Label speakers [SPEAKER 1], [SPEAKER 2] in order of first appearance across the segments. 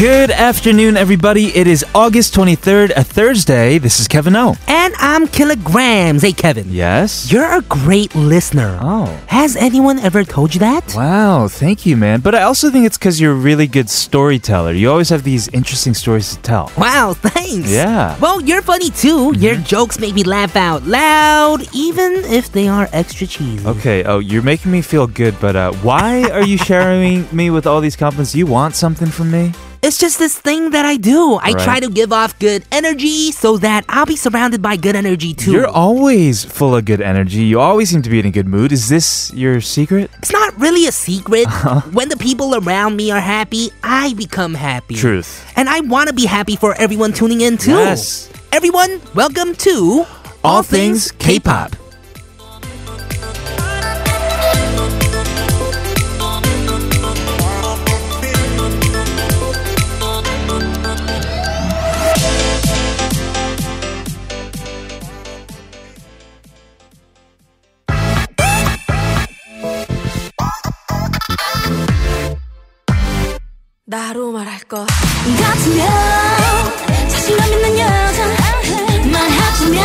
[SPEAKER 1] Good afternoon, everybody. It is August 23rd, a Thursday. This is Kevin O.
[SPEAKER 2] And I'm Kilograms. Hey, Kevin.
[SPEAKER 1] Yes?
[SPEAKER 2] You're a great listener.
[SPEAKER 1] Oh.
[SPEAKER 2] Has anyone ever told you that?
[SPEAKER 1] Wow, thank you, man. But I also think it's because you're a really good storyteller. You always have these interesting stories to tell.
[SPEAKER 2] Wow, thanks.
[SPEAKER 1] Yeah. Mm-hmm.
[SPEAKER 2] Well, you're funny too. Your jokes make me laugh out loud, even if they are extra cheesy.
[SPEAKER 1] Okay, oh, you're making me feel good, but uh, why are you sharing me with all these compliments? You want something from me?
[SPEAKER 2] It's just this thing that I do. I
[SPEAKER 1] Right.
[SPEAKER 2] try to give off good energy so that I'll be surrounded by good energy too.
[SPEAKER 1] You're always full of good energy. You always seem to be in a good mood. Is this your secret?
[SPEAKER 2] it's not really a secret.
[SPEAKER 1] Uh-huh.
[SPEAKER 2] When the people around me are happy, I become happy.
[SPEAKER 1] Truth.
[SPEAKER 2] And I want to be happy for everyone tuning in too.
[SPEAKER 1] Yes.
[SPEAKER 2] Everyone, welcome to
[SPEAKER 1] All Things K-Pop.
[SPEAKER 3] 나로 말할 것 같으면 자신감 있는 여자 말해주면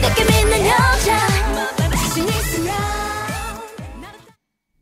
[SPEAKER 3] 내게 믿는 여자 자신 있으면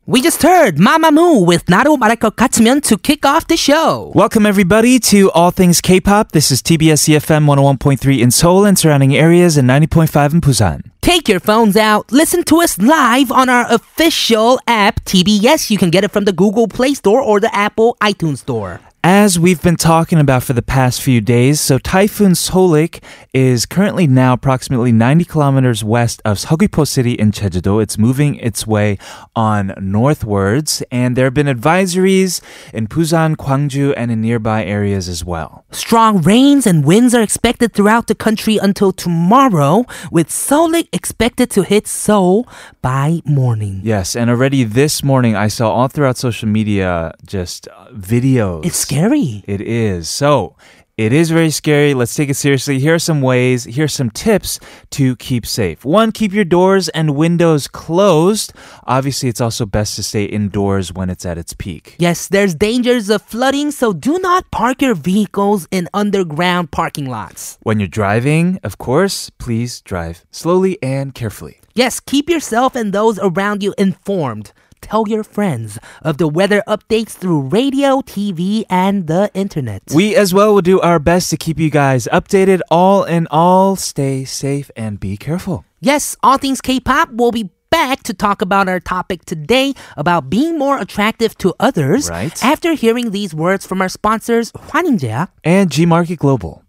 [SPEAKER 2] We just heard Mamamoo with Naru Marako Katsumion to kick off the show.
[SPEAKER 1] Welcome, everybody, to All Things K-Pop. This is TBS EFM 101.3 in Seoul and surrounding areas and 90.5 in Busan.
[SPEAKER 2] Take your phones out, listen to us live on our official app TBS. You can get it from the Google Play Store or the Apple iTunes Store.
[SPEAKER 1] As we've been talking about for the past few days, so Typhoon Solik is currently now approximately 90 kilometers west of Seogwipo City in Jeju-do. It's moving its way on northwards, and there have been advisories in Busan, Gwangju, and in nearby areas as well.
[SPEAKER 2] Strong rains and winds are expected throughout the country until tomorrow, with Solik expected to hit Seoul by morning.
[SPEAKER 1] Yes, and already this morning I saw all throughout social media just uh, videos.
[SPEAKER 2] It's scary.
[SPEAKER 1] It is. So, it is very scary. Let's take it seriously. Here are some ways, here are some tips to keep safe. One, keep your doors and windows closed. Obviously, it's also best to stay indoors when it's at its peak.
[SPEAKER 2] Yes, there's dangers of flooding, so do not park your vehicles in underground parking lots.
[SPEAKER 1] When you're driving, of course, please drive slowly and carefully.
[SPEAKER 2] Yes, keep yourself and those around you informed. Tell your friends of the weather updates through radio, TV, and the internet.
[SPEAKER 1] We as well will do our best to keep you guys updated. All in all, stay safe and be careful.
[SPEAKER 2] yes, All Things K-Pop will be back to talk about our topic today about being more attractive to others
[SPEAKER 1] Right.
[SPEAKER 2] after hearing these words from our sponsors, 환인제약.
[SPEAKER 1] and G Market Global.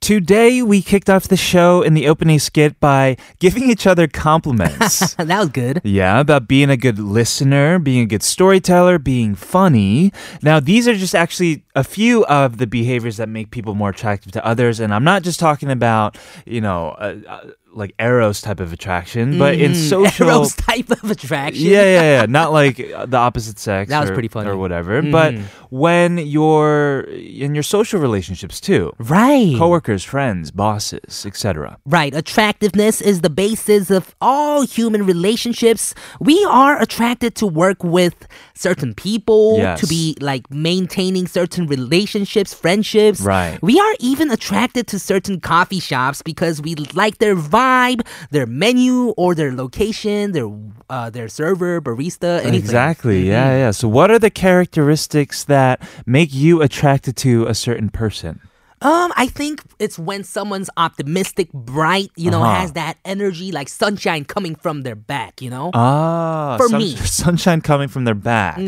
[SPEAKER 1] Today, we kicked off the show in the opening skit by giving each other compliments.
[SPEAKER 2] that was good.
[SPEAKER 1] yeah, about being a good listener, being a good storyteller, being funny. Now, these are just actually a few of the behaviors that make people more attractive to others. And I'm not just talking about, you know, uh, uh, like Eros type of attraction, but in social.
[SPEAKER 2] Eros type of attraction.
[SPEAKER 1] Yeah, yeah, yeah. Not like uh, the opposite sex.
[SPEAKER 2] That was
[SPEAKER 1] or-
[SPEAKER 2] pretty funny.
[SPEAKER 1] or whatever. But when you're in your social relationships too,
[SPEAKER 2] Right.
[SPEAKER 1] coworkers, friends, bosses, etc.
[SPEAKER 2] Right. Attractiveness is the basis of all human relationships. We are attracted to work with certain people,
[SPEAKER 1] Yes.
[SPEAKER 2] to be like maintaining certain relationships, friendships.
[SPEAKER 1] Right.
[SPEAKER 2] We are even attracted to certain coffee shops because we like their vibe, their menu, or their location, their uh, their server, barista, anything.
[SPEAKER 1] Exactly. Yeah, yeah. So, what are the characteristics that make you attracted to a certain person?
[SPEAKER 2] Um, I think it's when someone's optimistic, bright, you know,
[SPEAKER 1] Uh-huh.
[SPEAKER 2] has that energy, like sunshine coming from their back, you know?
[SPEAKER 1] Ah,
[SPEAKER 2] For me.
[SPEAKER 1] sunshine coming from their back.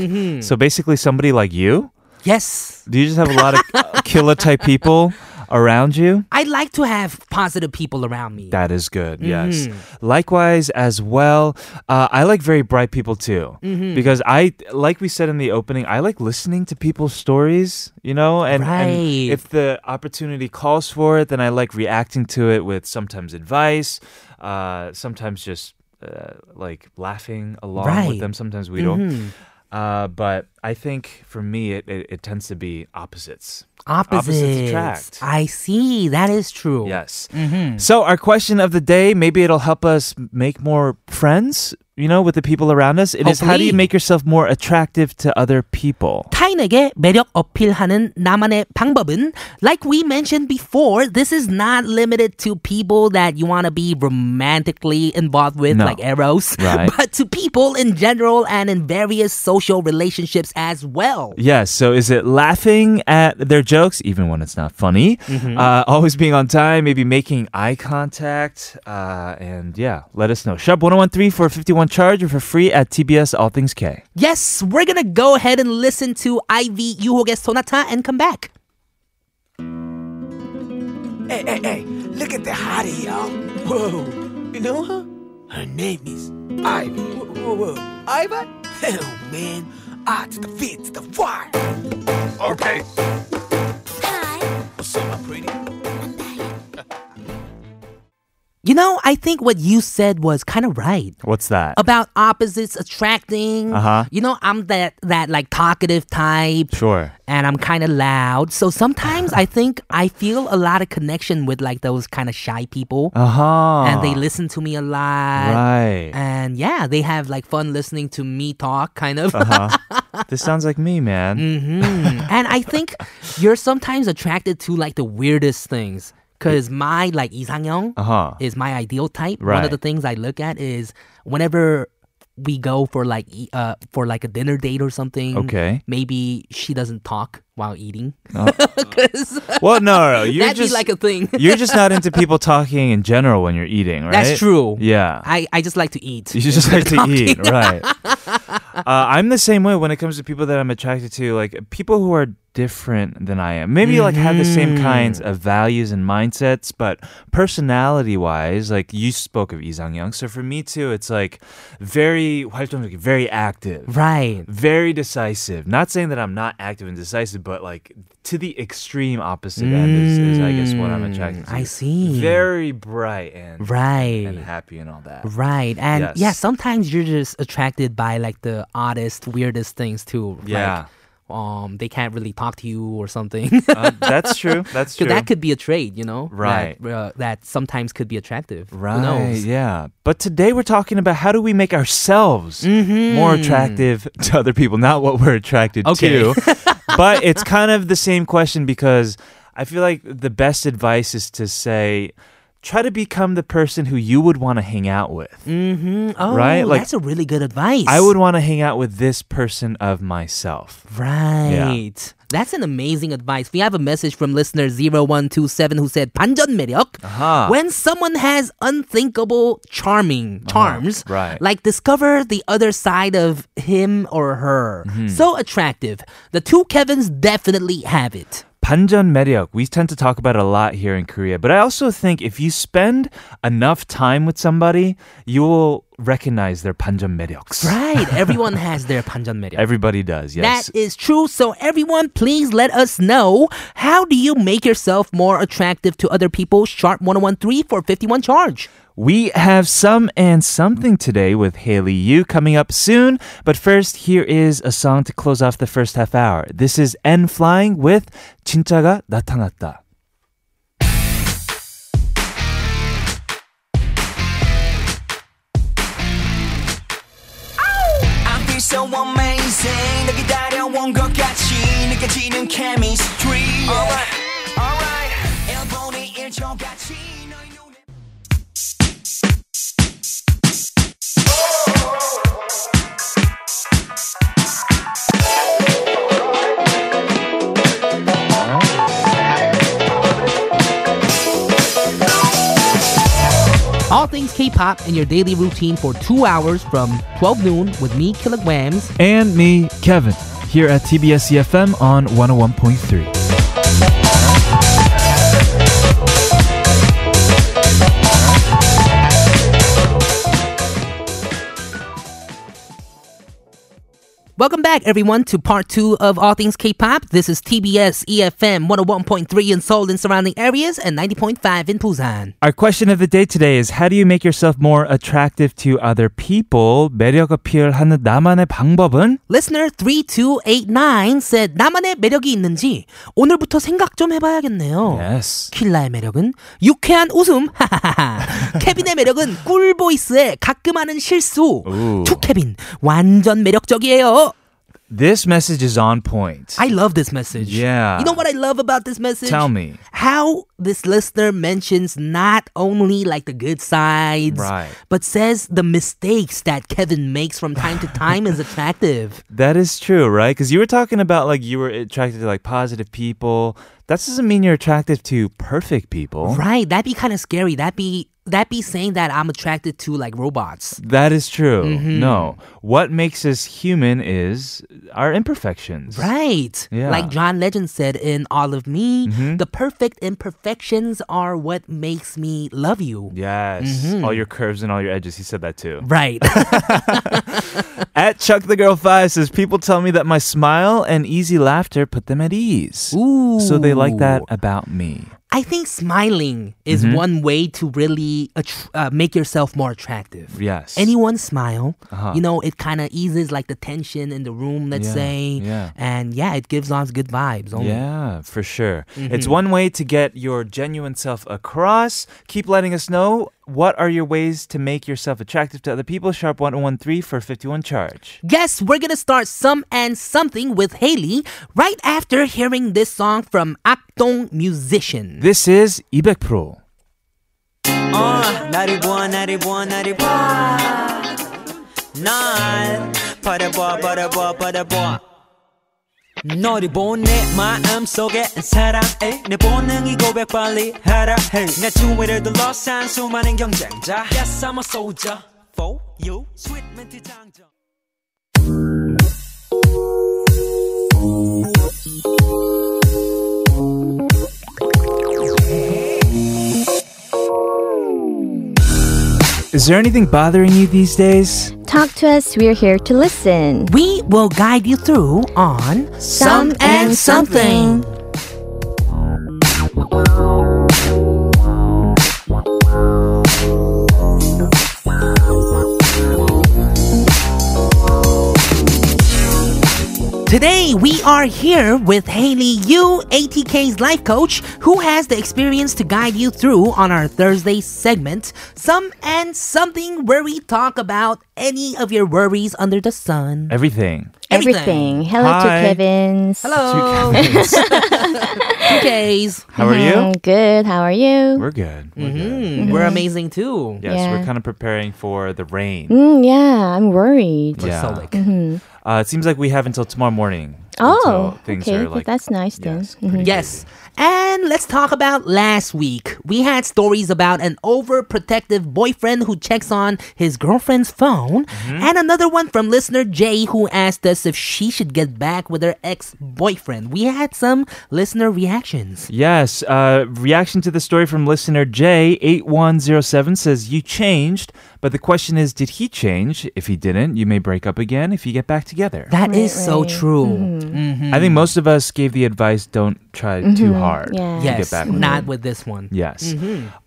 [SPEAKER 1] So basically, somebody like you.
[SPEAKER 2] yes.
[SPEAKER 1] Do you just have a lot of killer type people around you?
[SPEAKER 2] I like to have positive people around me. Mm-hmm.
[SPEAKER 1] That is good. Yes. Likewise, as well, uh, I like very bright people too,
[SPEAKER 2] Mm-hmm.
[SPEAKER 1] because I, like we said in the opening, I like listening to people's stories. You know, and, and
[SPEAKER 2] Right.
[SPEAKER 1] if the opportunity calls for it, then I like reacting to it with sometimes advice, uh, sometimes just uh, like laughing along
[SPEAKER 2] Right. Mm-hmm.
[SPEAKER 1] with them. Sometimes we don't. Uh, but I think for me, it, it, it tends to be opposites.
[SPEAKER 2] Opposites.
[SPEAKER 1] attract.
[SPEAKER 2] I see. That is true.
[SPEAKER 1] Yes. So, our question of the day maybe it'll help us make more friends, you know, with the people around us. It is how do you
[SPEAKER 2] Hopefully.
[SPEAKER 1] make yourself more attractive to other people?
[SPEAKER 2] 타인에게 매력 어필하는 나만의 방법은 like we mentioned before this is not limited to people that you want to be romantically involved with
[SPEAKER 1] No.
[SPEAKER 2] like eros
[SPEAKER 1] Right.
[SPEAKER 2] but to people in general and in various social relationships as well
[SPEAKER 1] Yes. So is it laughing at their jokes, even when it's not funny? Uh, always being on time, maybe making eye contact. Uh, and yeah, let us know. Sharp 1013 for a 51 charge or for free at TBS All Things K.
[SPEAKER 2] yes we're gonna go ahead and listen to Ivy 유혹의 Sonata and come back
[SPEAKER 4] Hey, hey, hey, look at the hottie, y'all. Whoa, you know her? Her name is Ivy. Whoa, whoa, whoa. Ivy? Hell, man. Ah, to the fit, to the fire. Okay.
[SPEAKER 3] Hi.
[SPEAKER 4] What's up, my pretty?
[SPEAKER 2] you know I think what you said was kind of right
[SPEAKER 1] What's that?
[SPEAKER 2] about opposites attracting
[SPEAKER 1] Uh-huh.
[SPEAKER 2] you know I'm that that like talkative type
[SPEAKER 1] sure.
[SPEAKER 2] and I'm kind of loud. So sometimes I think I feel a lot of connection with like those kind of shy people.
[SPEAKER 1] Uh huh.
[SPEAKER 2] And they listen to me a lot.
[SPEAKER 1] Right.
[SPEAKER 2] And yeah, they have like fun listening to me talk, kind of.
[SPEAKER 1] Uh-huh. this sounds like me, man.
[SPEAKER 2] and I think you're sometimes attracted to like the weirdest things. Cause my like Lee Sang Young
[SPEAKER 1] Uh-huh.
[SPEAKER 2] is my ideal type. One
[SPEAKER 1] Right.
[SPEAKER 2] of the things I look at is whenever we go for like e- uh for like a dinner date or something.
[SPEAKER 1] Okay.
[SPEAKER 2] Maybe she doesn't talk while eating. 'Cause-
[SPEAKER 1] Well, no, no, no. You're
[SPEAKER 2] That'd
[SPEAKER 1] just
[SPEAKER 2] be like a thing.
[SPEAKER 1] you're just not into people talking in general when you're eating, right?
[SPEAKER 2] That's true.
[SPEAKER 1] Yeah.
[SPEAKER 2] I, I just like to eat.
[SPEAKER 1] You should just like to eat, right? uh, I'm the same way when it comes to people that I'm attracted to, like people who are different than I am. Maybe like have the same kinds
[SPEAKER 2] Mm-hmm.
[SPEAKER 1] of values and mindsets, but personality-wise, like you spoke of Lee Sang Young, so for me too, it's like very 활동적이, very active.
[SPEAKER 2] Right.
[SPEAKER 1] Very decisive. Not saying that I'm not active and decisive, but like to the extreme opposite end is, is, I guess, what I'm attracted to.
[SPEAKER 2] Mm, I see.
[SPEAKER 1] Very bright and and
[SPEAKER 2] Right.
[SPEAKER 1] happy and all that.
[SPEAKER 2] Right. And
[SPEAKER 1] Yes.
[SPEAKER 2] yeah, sometimes you're just attracted by like the oddest, weirdest things too.
[SPEAKER 1] Yeah.
[SPEAKER 2] Like, um, they can't really talk to you or something.
[SPEAKER 1] Uh, that's true. That's true.
[SPEAKER 2] that could be a trait, you know?
[SPEAKER 1] Right.
[SPEAKER 2] That, uh, that sometimes could be attractive.
[SPEAKER 1] right.
[SPEAKER 2] Who knows?
[SPEAKER 1] Yeah. But today we're talking about how do we make ourselves
[SPEAKER 2] Mm-hmm.
[SPEAKER 1] more attractive to other people, not what we're attracted
[SPEAKER 2] Okay.
[SPEAKER 1] to. but it's kind of the same question because I feel like the best advice is to say try to become the person who you would want to hang out with.
[SPEAKER 2] Mm, oh,
[SPEAKER 1] Right, like-
[SPEAKER 2] that's a really good advice.
[SPEAKER 1] I would want to hang out with this person of myself.
[SPEAKER 2] Right. That's an amazing advice. We have a message from listener 0127 who said, 반전 매력.
[SPEAKER 1] Uh-huh.
[SPEAKER 2] When someone has unthinkable charming charms,
[SPEAKER 1] right.
[SPEAKER 2] like discover the other side of him or her.
[SPEAKER 1] Mm-hmm.
[SPEAKER 2] So attractive. The two Kevins definitely have it.
[SPEAKER 1] 반전 매력. We tend to talk about it a lot here in Korea, but I also think if you spend enough time with somebody, you will recognize their 반전 매력s.
[SPEAKER 2] Right. Everyone has their 반전 매력.
[SPEAKER 1] Everybody does, yes.
[SPEAKER 2] That is true. So, everyone, please let us know how do you make yourself more attractive to other people? Sharp 1013 for 51 charge.
[SPEAKER 1] we have some and something today with Haley Yu coming up soon, but first here is a song to close off the first half hour. This is N Flying with 진짜가 나타났다.
[SPEAKER 5] I feel so amazing 너 기다려온 것 같이 느껴지는 chemistry Alright, alright 일본의 일조같이 너의 눈에
[SPEAKER 2] All things K-pop in your daily routine for two hours from 12 noon with me, Kilograms.
[SPEAKER 1] And me, Kevin, here at TBS EFM E on 101.3.
[SPEAKER 2] Welcome back, everyone, to part two of All Things K-pop. This is TBS EFM 101.3 in Seoul and surrounding areas, and 90.5 in Busan.
[SPEAKER 1] Our question of the day today is how do you make yourself more attractive to other people? 매력 어필하는 나만의 방법은?
[SPEAKER 2] Listener 3289 said 나만의 매력이 있는지 오늘부터 생각 좀 해봐야겠네요.
[SPEAKER 1] Yes.
[SPEAKER 2] 킬라의 매력은 유쾌한 웃음, 케빈의 매력은 꿀보이스에 가끔 하는 실수.
[SPEAKER 1] Ooh.
[SPEAKER 2] 투케빈 완전 매력적이에요.
[SPEAKER 1] This message is on point.
[SPEAKER 2] I love this message.
[SPEAKER 1] Yeah.
[SPEAKER 2] You know what I love about this message?
[SPEAKER 1] Tell me.
[SPEAKER 2] How this listener mentions not only like the good sides,
[SPEAKER 1] Right.
[SPEAKER 2] but says the mistakes that Kevin makes from time to time is attractive.
[SPEAKER 1] That is true, right? Because you were talking about like you were attracted to like positive people. That doesn't mean you're attracted to perfect people.
[SPEAKER 2] Right. That'd be kind of scary. That'd be that'd be saying that I'm attracted to like robots.
[SPEAKER 1] That is true.
[SPEAKER 2] Mm-hmm.
[SPEAKER 1] No. What makes us human is our imperfections.
[SPEAKER 2] Right.
[SPEAKER 1] Yeah. Mm-hmm.
[SPEAKER 2] Like John Legend said in All of Me, the perfect imperfections are what makes me love you.
[SPEAKER 1] Yes.
[SPEAKER 2] Mm-hmm.
[SPEAKER 1] All your curves and all your edges. He said that too.
[SPEAKER 2] Right.
[SPEAKER 1] At Chuck the Girl 5 says, People tell me that my smile and easy laughter put them at ease.
[SPEAKER 2] Ooh.
[SPEAKER 1] So they like that about me.
[SPEAKER 2] I think smiling is
[SPEAKER 1] Mm-hmm.
[SPEAKER 2] one way to really attr uh, make yourself more attractive.
[SPEAKER 1] Yes. Uh-huh.
[SPEAKER 2] Anyone smile, you know, it kind of eases like the tension in the room, let's
[SPEAKER 1] Yeah,
[SPEAKER 2] say.
[SPEAKER 1] yeah.
[SPEAKER 2] And yeah, it gives off good vibes. Only.
[SPEAKER 1] Yeah, for sure.
[SPEAKER 6] Mm-hmm.
[SPEAKER 1] It's one way to get your genuine self across. Keep letting us know what are your ways to make yourself attractive to other people. Sharp 1013 for 51 charge.
[SPEAKER 2] Yes, we're gonna start some and something with Haley right after hearing this song from Akdong musician.
[SPEAKER 1] This is Ibek Pro.
[SPEAKER 5] 어, 나를 보아 나를 보아 나를 보아 날 바라봐 바라봐 바라봐 너를 본내 마음속에 사랑해 eh? 내 본능이 고백 빨리 하라 해내 주위를 둘러싼 수많은 경쟁자 Yes I'm a soldier for you Sweet 멘트 장전
[SPEAKER 1] Is there anything bothering you these days?
[SPEAKER 6] Talk to us, we're here to listen.
[SPEAKER 2] We will guide you through on
[SPEAKER 6] Some and Something.
[SPEAKER 2] Today we are here with Haley Yu, ATK's life coach, who has the experience to guide you through on our Thursday segment, Some and Something, where we talk about any of your worries under the sun.
[SPEAKER 1] Everything.
[SPEAKER 6] Everything. Hello
[SPEAKER 1] Hi.
[SPEAKER 6] to Kevin's.
[SPEAKER 2] Hello, KKs.
[SPEAKER 1] How are you?
[SPEAKER 6] Mhm, Good. How are you?
[SPEAKER 1] We're good. We're good.
[SPEAKER 2] Mm, We're amazing too.
[SPEAKER 1] Yes, we're
[SPEAKER 6] Mm-hmm. Yeah.
[SPEAKER 1] kind of preparing for the rain.
[SPEAKER 6] Mm, yeah, I'm worried.
[SPEAKER 2] For
[SPEAKER 1] Yeah.
[SPEAKER 2] Solik.
[SPEAKER 1] Uh, it seems like we have until tomorrow morning.
[SPEAKER 6] Oh,
[SPEAKER 1] until things
[SPEAKER 6] okay.
[SPEAKER 1] are
[SPEAKER 6] well,
[SPEAKER 1] like
[SPEAKER 6] that's nice then.
[SPEAKER 1] Yes.
[SPEAKER 6] Mhm.
[SPEAKER 2] Yes. And let's talk about last week. We had stories about an overprotective boyfriend who checks on his girlfriend's phone,
[SPEAKER 1] Mm-hmm.
[SPEAKER 2] and another one from listener Jay who asked us if she should get back with her ex boyfriend. We had some listener reactions.
[SPEAKER 1] Yes. Uh, reaction to the story from listener J8107 says, You changed, but the question is, did he change? If he didn't, you may break up again if you get back together.
[SPEAKER 2] That is so
[SPEAKER 6] right. Mm-hmm.
[SPEAKER 2] true. Hmm.
[SPEAKER 1] I think most of us gave the advice don't try too hard
[SPEAKER 6] Mm-hmm. yeah.
[SPEAKER 1] to
[SPEAKER 2] Yes,
[SPEAKER 1] get back with
[SPEAKER 2] not
[SPEAKER 1] him.
[SPEAKER 2] Mm-hmm. with this one.
[SPEAKER 1] Yes.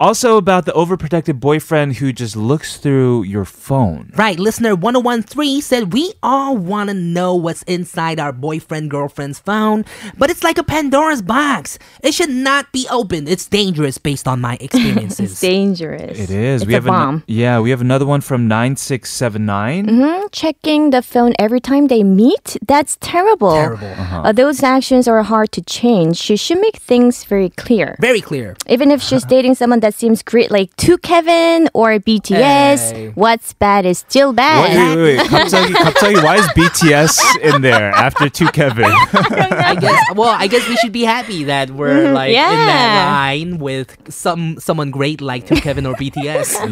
[SPEAKER 1] Also, about the overprotective boyfriend who just looks through your phone.
[SPEAKER 2] Right, listener 1013 said, We all want to know what's inside our boyfriend girlfriend's phone, but it's like a Pandora's box. It should not be opened. It's dangerous based on my experiences.
[SPEAKER 6] Dangerous.
[SPEAKER 1] It is.
[SPEAKER 6] It's
[SPEAKER 1] we
[SPEAKER 6] a
[SPEAKER 1] have an-
[SPEAKER 6] bomb.
[SPEAKER 1] yeah, we have another one from 9679.
[SPEAKER 6] Mhm, Checking the phone every time they meet, that's terrible.
[SPEAKER 2] Terrible.
[SPEAKER 1] Uh-huh.
[SPEAKER 6] Uh, those actions are hard to change. She should make things very clear.
[SPEAKER 2] Very clear.
[SPEAKER 6] Even if she's dating someone that seems great, like to Kevin or BTS,
[SPEAKER 2] Hey.
[SPEAKER 6] what's bad is still bad.
[SPEAKER 1] Wait, wait, wait. 갑자기, 갑자기, why is BTS in there after two Kevin?
[SPEAKER 2] I guess well, I guess we should be happy that we're like in that
[SPEAKER 6] yeah.
[SPEAKER 2] line with some someone great like Tim Kevin or BTS.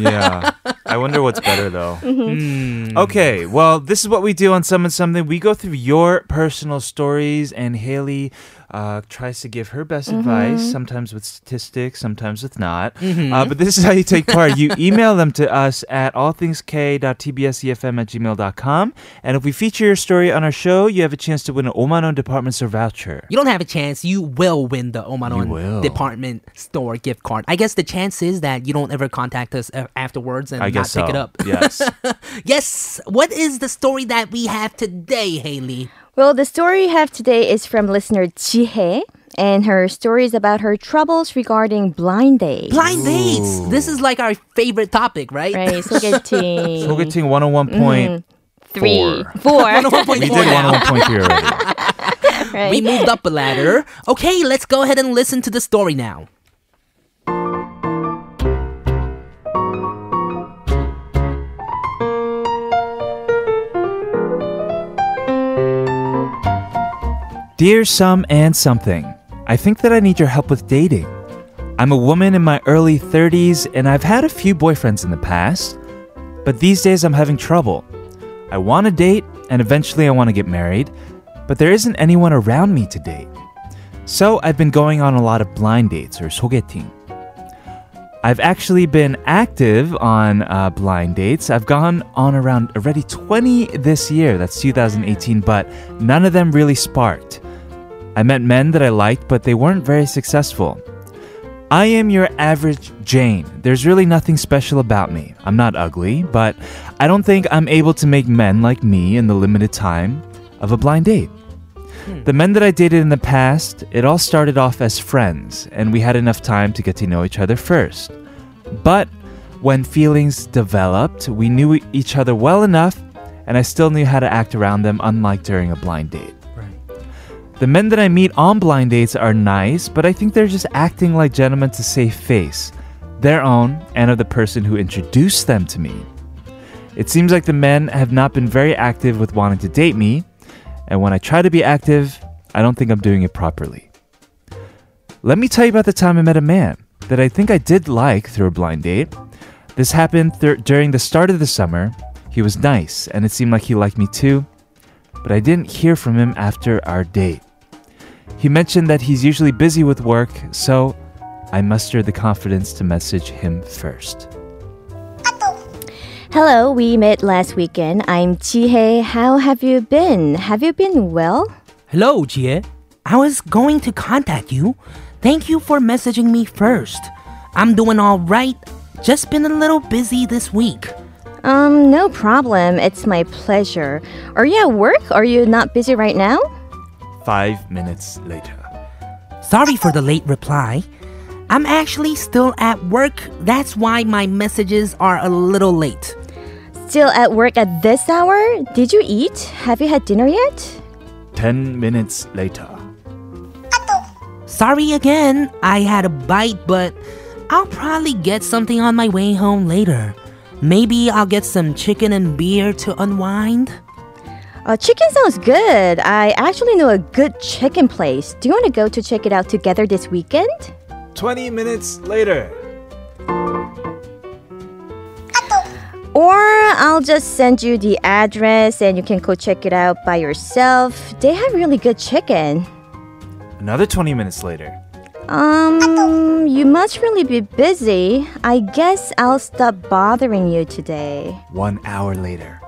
[SPEAKER 1] yeah. I wonder what's better though.
[SPEAKER 2] Mm-hmm.
[SPEAKER 1] Mm. Okay, well, this is what we do on Summon Something. We go through your personal stories, and Haley uh, tries to give her best
[SPEAKER 2] Mm-hmm.
[SPEAKER 1] advice, sometimes with statistics, sometimes with not. Uh,
[SPEAKER 2] Mm-hmm.
[SPEAKER 1] but this is how you take part. You email them to us at allthingsk.tbsefm E at gmail.com. And if we feature your story on our show, you have a chance to win an Omanon department store voucher.
[SPEAKER 2] You don't have a chance. You will win the
[SPEAKER 1] You will.
[SPEAKER 2] Omanon department store gift card. I guess the chance is that you don't ever contact us uh, afterwards and
[SPEAKER 1] I
[SPEAKER 2] not
[SPEAKER 1] guess
[SPEAKER 2] pick
[SPEAKER 1] so.
[SPEAKER 2] it up.
[SPEAKER 1] Yes.
[SPEAKER 2] Yes. What is the story that we have today, Haley?
[SPEAKER 6] Well, the story you have today is from listener Jihae, and her story is about her troubles regarding blind date.
[SPEAKER 2] Blind dates. This is like our favorite topic, right?
[SPEAKER 6] right, 소개팅.
[SPEAKER 1] Targeting 101 point.
[SPEAKER 6] Mm-hmm. Three.
[SPEAKER 1] Four.
[SPEAKER 6] Four.
[SPEAKER 1] We did 101.3 already.
[SPEAKER 6] right.
[SPEAKER 2] We moved up a ladder. Okay, let's go ahead and listen to the story now.
[SPEAKER 1] Dear Some and Something, I think that I need your help with dating. I'm a woman in my early 30s and I've had a few boyfriends in the past, but these days I'm having trouble. I want to date and eventually I want to get married, but there isn't anyone around me to date. So I've been going on a lot of blind dates or 소개팅. I've actually been active on uh, blind dates. I've gone on around already 20 this year, that's 2018, but none of them really sparked. I met men that I liked, but they weren't very successful. I am your average Jane. There's really nothing special about me. I'm not ugly, but I don't think I'm able to make men like me in the limited time of a blind date. The men that I dated in the past, it all started off as friends, and we had enough time to get to know each other first. But when feelings developed, we knew e- each other well enough, and I still knew how to act around them, unlike during a blind date. The men that I meet on blind dates are nice, but I think they're just acting like gentlemen to save face, their own and of the person who introduced them to me. It seems like the men have not been very active with wanting to date me, and when I try to be active, I don't think I'm doing it properly. Let me tell you about the time I met a man that I think I did like through a blind date. This happened thir- during the start of the summer. He was nice, and it seemed like he liked me too, but I didn't hear from him after our date. He mentioned that he's usually busy with work, so I mustered the confidence to message him first.
[SPEAKER 6] Hello, we met last weekend. I'm Jihae. How have you been? Have you been well?
[SPEAKER 2] Hello, Jie. I was going to contact you. Thank you for messaging me first. I'm doing all right. Just been a little busy this week.
[SPEAKER 6] Um, no problem. It's my pleasure. Are you at work? Are you not busy right now?
[SPEAKER 1] Five minutes later.
[SPEAKER 2] Sorry for the late reply. I'm actually still at work. That's why my messages are a little late.
[SPEAKER 6] Still at work at this hour? Did you eat? Have you had dinner yet?
[SPEAKER 1] Ten minutes later.
[SPEAKER 2] Sorry again. I had a bite, but I'll probably get something on my way home later. Maybe I'll get some chicken and beer to unwind.
[SPEAKER 6] Uh, chicken sounds good. I actually know a good chicken place. Do you want to go to check it out together this weekend?
[SPEAKER 1] Twenty minutes later.
[SPEAKER 6] Or I'll just send you the address and you can go check it out by yourself. They have really good chicken.
[SPEAKER 1] Another 20 minutes later.
[SPEAKER 6] Um, you must really be busy. I guess I'll stop bothering you today.
[SPEAKER 1] One hour later.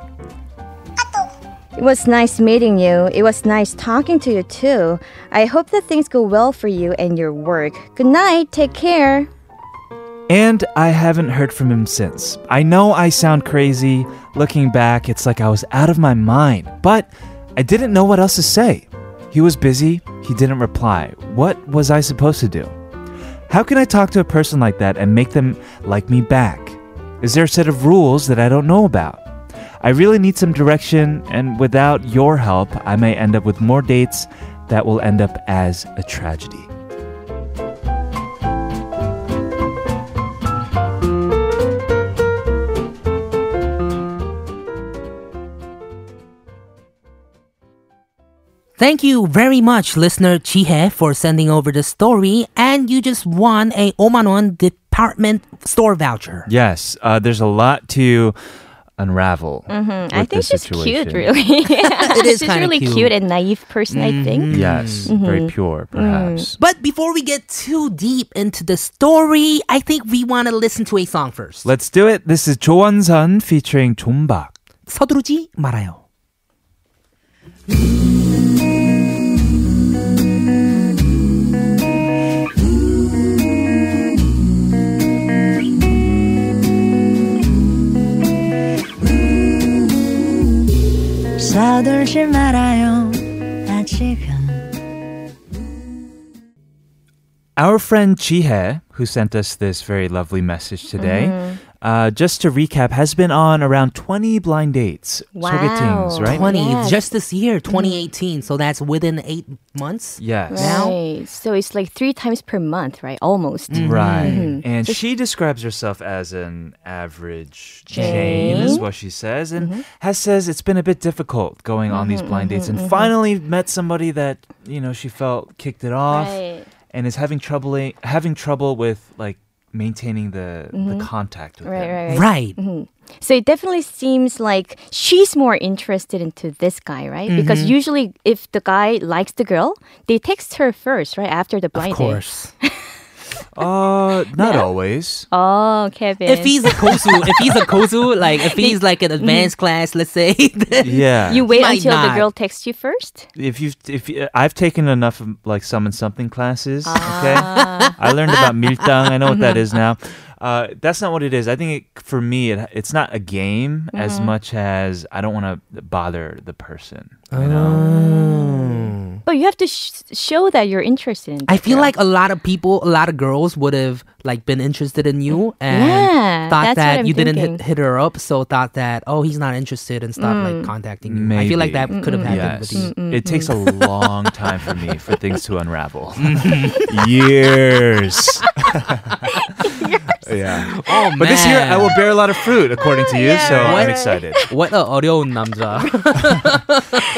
[SPEAKER 6] It was nice meeting you. It was nice talking to you too. I hope that things go well for you and your work. Good night. Take care.
[SPEAKER 1] And I haven't heard from him since. I know I sound crazy. Looking back, it's like I was out of my mind, but I didn't know what else to say. He was busy, he didn't reply. What was I supposed to do? How can I talk to a person like that and make them like me back? Is there a set of rules that I don't know about? I really need some direction, and without your help, I may end up with more dates that will end up as a tragedy.
[SPEAKER 2] Thank you very much, listener Chihe, for sending over the story, and you just won a Omanon department store voucher.
[SPEAKER 1] Yes, uh, there's a lot to unravel.
[SPEAKER 6] Mm, I
[SPEAKER 1] with
[SPEAKER 6] think
[SPEAKER 1] this
[SPEAKER 6] she's
[SPEAKER 1] situation.
[SPEAKER 6] cute, really. it
[SPEAKER 2] is
[SPEAKER 6] she's
[SPEAKER 2] kinda
[SPEAKER 6] really
[SPEAKER 2] cute. Mm-hmm.
[SPEAKER 6] cute. and naive person, I think.
[SPEAKER 1] Yes, very pure, perhaps.
[SPEAKER 2] But before we get too deep into the story, I think we want to listen to a song first.
[SPEAKER 1] Let's do it. This is 조원선 featuring 존박.
[SPEAKER 2] 서두르지 말아요.
[SPEAKER 7] 서둘지 말아요. 나 지금
[SPEAKER 1] Our friend Jihae, who sent us this very lovely message today, uh, just to recap, has been on around 20 blind dates.
[SPEAKER 6] Wow.
[SPEAKER 1] 소개팅s, right?
[SPEAKER 2] 20
[SPEAKER 6] Yes. Mm-hmm.
[SPEAKER 2] just this year 2018 so that's within eight months
[SPEAKER 1] Yes.
[SPEAKER 2] Now- Mm.
[SPEAKER 6] Right. So it's like three times per month, right? Almost.
[SPEAKER 1] Right.
[SPEAKER 6] Mm-hmm.
[SPEAKER 1] And she describes herself as an average Jane,
[SPEAKER 6] Jane. Mm-hmm.
[SPEAKER 1] is what she says. And has says it's been a bit difficult going on these blind dates
[SPEAKER 6] mm-hmm.
[SPEAKER 1] and finally met somebody that, you know, she felt kicked it off
[SPEAKER 6] Right.
[SPEAKER 1] and is having trouble having trouble with like maintaining the the contact with him.
[SPEAKER 6] Mm-hmm. Right, right, Mm-hmm. right.
[SPEAKER 2] right
[SPEAKER 6] So it definitely seems like she's more interested into this guy, right? Because
[SPEAKER 2] Mm-hmm.
[SPEAKER 6] usually, if the guy likes the girl, they text her first, right after the blind
[SPEAKER 2] of course
[SPEAKER 1] Uh, not always.
[SPEAKER 6] date. Oh, Kevin.
[SPEAKER 2] if he's a kosu if he's a kosu like if he's like an advanced class let's say then
[SPEAKER 1] Yeah.
[SPEAKER 6] you wait
[SPEAKER 2] might
[SPEAKER 6] until the
[SPEAKER 2] not.
[SPEAKER 6] girl texts you first.
[SPEAKER 1] if you if you- uh, I've taken enough of, like summon something classes, okay?
[SPEAKER 2] Ah.
[SPEAKER 1] I learned about miltang. I know what that is now. Uh, that's not what it is. I think it, for me, it, it's not a game
[SPEAKER 2] Mm-hmm.
[SPEAKER 1] as much as I don't want to bother the person. You know?
[SPEAKER 6] But Oh, you have to sh- show that you're interested. In the
[SPEAKER 2] i feel
[SPEAKER 6] girl.
[SPEAKER 2] like a lot of people a lot of girls would have like been interested in you and
[SPEAKER 6] Yeah,
[SPEAKER 2] thought
[SPEAKER 6] that's
[SPEAKER 2] that
[SPEAKER 6] what I'm
[SPEAKER 2] you didn't hit,
[SPEAKER 6] thinking.
[SPEAKER 2] hit her up so thought that oh he's not interested and stopped like contacting you i feel like that
[SPEAKER 1] Maybe.
[SPEAKER 2] could have happened
[SPEAKER 1] Yes,
[SPEAKER 2] with you
[SPEAKER 1] it takes a long time for me for things to unravel.
[SPEAKER 2] Mm-hmm.
[SPEAKER 1] Years. yeah,
[SPEAKER 2] oh
[SPEAKER 1] but this year I will bear a lot of fruit, according to you. so I'm excited.
[SPEAKER 2] what a 어려운 남자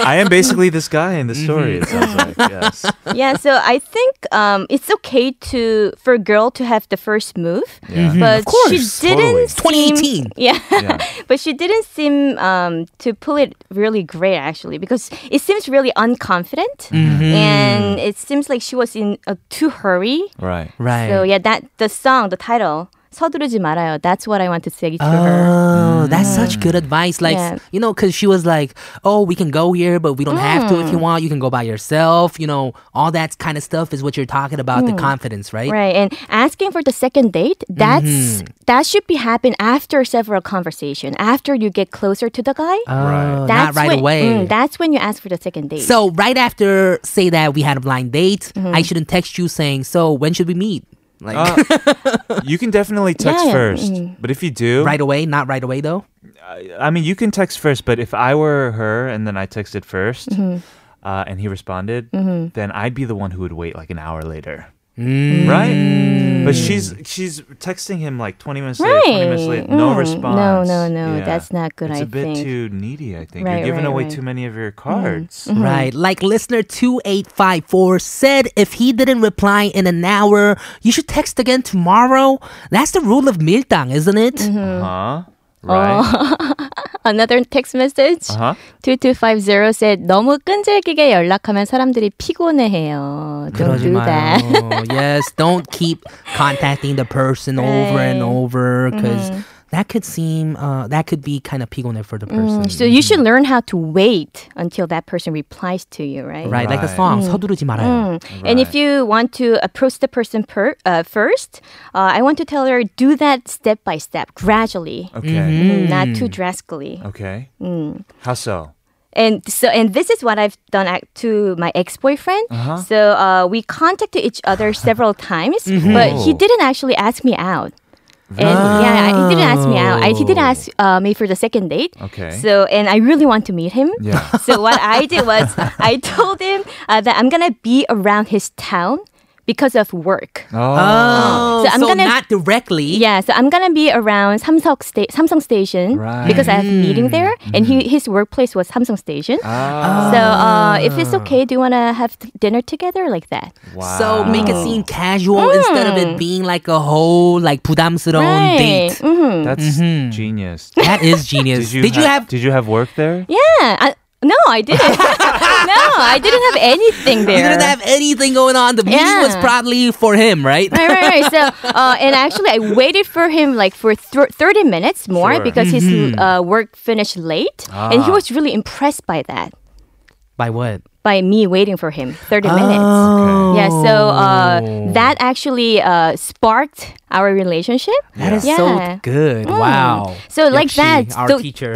[SPEAKER 1] I am basically this guy in the story. It sounds like yes.
[SPEAKER 6] yeah. So I think um, it's okay to for a girl to have the first move,
[SPEAKER 1] Yeah.
[SPEAKER 6] but she
[SPEAKER 1] course,
[SPEAKER 6] didn't.
[SPEAKER 2] totally.
[SPEAKER 6] seem-
[SPEAKER 2] 2018.
[SPEAKER 6] Yeah,
[SPEAKER 1] Yeah.
[SPEAKER 6] but she didn't seem um, to pull it really great actually, because it seems really unconfident,
[SPEAKER 2] Mm-hmm.
[SPEAKER 6] and it seems like she was in a too hurry.
[SPEAKER 1] Right.
[SPEAKER 2] right
[SPEAKER 6] So yeah, that the song, the title, 서두르지 말아요. That's what I want to say to her.
[SPEAKER 2] Oh, that's such good advice. Like,
[SPEAKER 6] Yeah.
[SPEAKER 2] you know, because she was like, oh, we can go here, but we don't have to if you want. You can go by yourself. You know, all that kind of stuff is what you're talking about the confidence, right?
[SPEAKER 6] Right, and asking for the second date, that's
[SPEAKER 2] Mm-hmm.
[SPEAKER 6] that should be happen after several conversation, after you get closer to the guy.
[SPEAKER 2] Oh, not
[SPEAKER 6] that's
[SPEAKER 2] right
[SPEAKER 6] when,
[SPEAKER 2] away.
[SPEAKER 6] mm, that's when you ask for the second date.
[SPEAKER 2] so, right after, say that we had a blind date, I shouldn't text you saying, so when should we meet? Like,
[SPEAKER 1] You can definitely text
[SPEAKER 6] Yeah, Mm-hmm. yeah.
[SPEAKER 1] first, but if you do,
[SPEAKER 2] right away? Not right away, though?
[SPEAKER 1] I mean, you can text first. But if I were her and then I texted 1st
[SPEAKER 6] Mm-hmm.
[SPEAKER 1] uh, and he responded, then I'd be the one who would wait like an hour later, right? But she's she's texting him like twenty minutes later, twenty minutes
[SPEAKER 6] Right.
[SPEAKER 1] late, no
[SPEAKER 6] Mm.
[SPEAKER 1] response.
[SPEAKER 6] No, no, no, that's not good,
[SPEAKER 1] It's a
[SPEAKER 6] I
[SPEAKER 1] bit
[SPEAKER 6] think.
[SPEAKER 1] too needy. I think
[SPEAKER 6] Right,
[SPEAKER 1] you're giving
[SPEAKER 6] right,
[SPEAKER 1] away
[SPEAKER 6] right. Mm-hmm.
[SPEAKER 1] too many of your cards.
[SPEAKER 2] Right. Like listener 2854 said, if he didn't reply in an hour, you should text again tomorrow. That's the rule of Miltang, isn't it?
[SPEAKER 6] Mm-hmm.
[SPEAKER 1] Huh? Uh-huh.
[SPEAKER 6] Oh.
[SPEAKER 1] Right?
[SPEAKER 6] Another text message.
[SPEAKER 1] Uh
[SPEAKER 2] Uh-huh.
[SPEAKER 1] huh.
[SPEAKER 6] 2250 said 너무 끈질기게 연락하면 사람들이 피곤해해요. Don't do that.
[SPEAKER 2] Oh, yes, don't keep contacting the person over and over because
[SPEAKER 6] Mm-hmm.
[SPEAKER 2] that could seem uh, that could be kind of pigonate for the person.
[SPEAKER 6] Mm, So you should learn how to wait until that person replies to you, right?
[SPEAKER 2] right, like the
[SPEAKER 1] Right.
[SPEAKER 2] song
[SPEAKER 6] Mm.
[SPEAKER 2] 서두르지 말아요.
[SPEAKER 6] And if you want to approach the person per, uh, first, uh, I want to tell her do that step by step, gradually,
[SPEAKER 1] Okay.
[SPEAKER 6] Mm, not too drastically.
[SPEAKER 1] Okay.
[SPEAKER 2] Mm.
[SPEAKER 1] How so?
[SPEAKER 6] And so, and this is what I've done ac- to my ex-boyfriend.
[SPEAKER 1] Uh-huh.
[SPEAKER 6] So uh, we contacted each other several times, but he
[SPEAKER 1] Oh.
[SPEAKER 6] didn't actually ask me out. And yeah, I- he didn't ask me out. I, he did ask uh, me for the second date.
[SPEAKER 1] Okay.
[SPEAKER 6] So, and I really want to meet him.
[SPEAKER 1] Yeah.
[SPEAKER 6] So what I did was I told him uh, that I'm gonna be around his town because of work.
[SPEAKER 2] Oh,
[SPEAKER 6] So I'm
[SPEAKER 2] so
[SPEAKER 6] gonna-
[SPEAKER 2] not directly.
[SPEAKER 6] Yeah, so I'm gonna be around Samsung, sta- Samsung Station
[SPEAKER 1] Right. Mm.
[SPEAKER 6] because I have meeting there, and he, his workplace was Samsung Station.
[SPEAKER 1] ah,
[SPEAKER 6] So uh, if
[SPEAKER 2] Ah.
[SPEAKER 6] it's okay, do you wanna have t- dinner together like that?
[SPEAKER 1] Wow.
[SPEAKER 2] So make it seem casual instead of it being like a whole like 부담스러운
[SPEAKER 6] Mm. right.
[SPEAKER 2] date.
[SPEAKER 6] Mhm.
[SPEAKER 1] That's genius.
[SPEAKER 2] That is genius.
[SPEAKER 1] Did you,
[SPEAKER 2] have?
[SPEAKER 1] Did you have work there?
[SPEAKER 6] Yeah. I, no, I didn't. no, I didn't have anything there.
[SPEAKER 2] You didn't have anything going on. The meeting was
[SPEAKER 6] Yeah.
[SPEAKER 2] probably for him, right?
[SPEAKER 6] right, right, right. So, uh, and actually, I waited for him like for thir- 30 minutes more
[SPEAKER 1] Sure.
[SPEAKER 6] because his
[SPEAKER 2] Mm-hmm.
[SPEAKER 6] uh, work finished late. And
[SPEAKER 2] Ah.
[SPEAKER 6] he was really impressed by that,
[SPEAKER 2] By what?
[SPEAKER 6] by me waiting for him 30
[SPEAKER 2] Oh.
[SPEAKER 6] minutes.
[SPEAKER 1] Okay.
[SPEAKER 6] Yeah, so uh, that actually uh, sparked our relationship.
[SPEAKER 2] That is so
[SPEAKER 6] Yeah. Mm.
[SPEAKER 2] good. Wow.
[SPEAKER 6] So like that,
[SPEAKER 2] Our
[SPEAKER 6] don't-
[SPEAKER 2] teacher.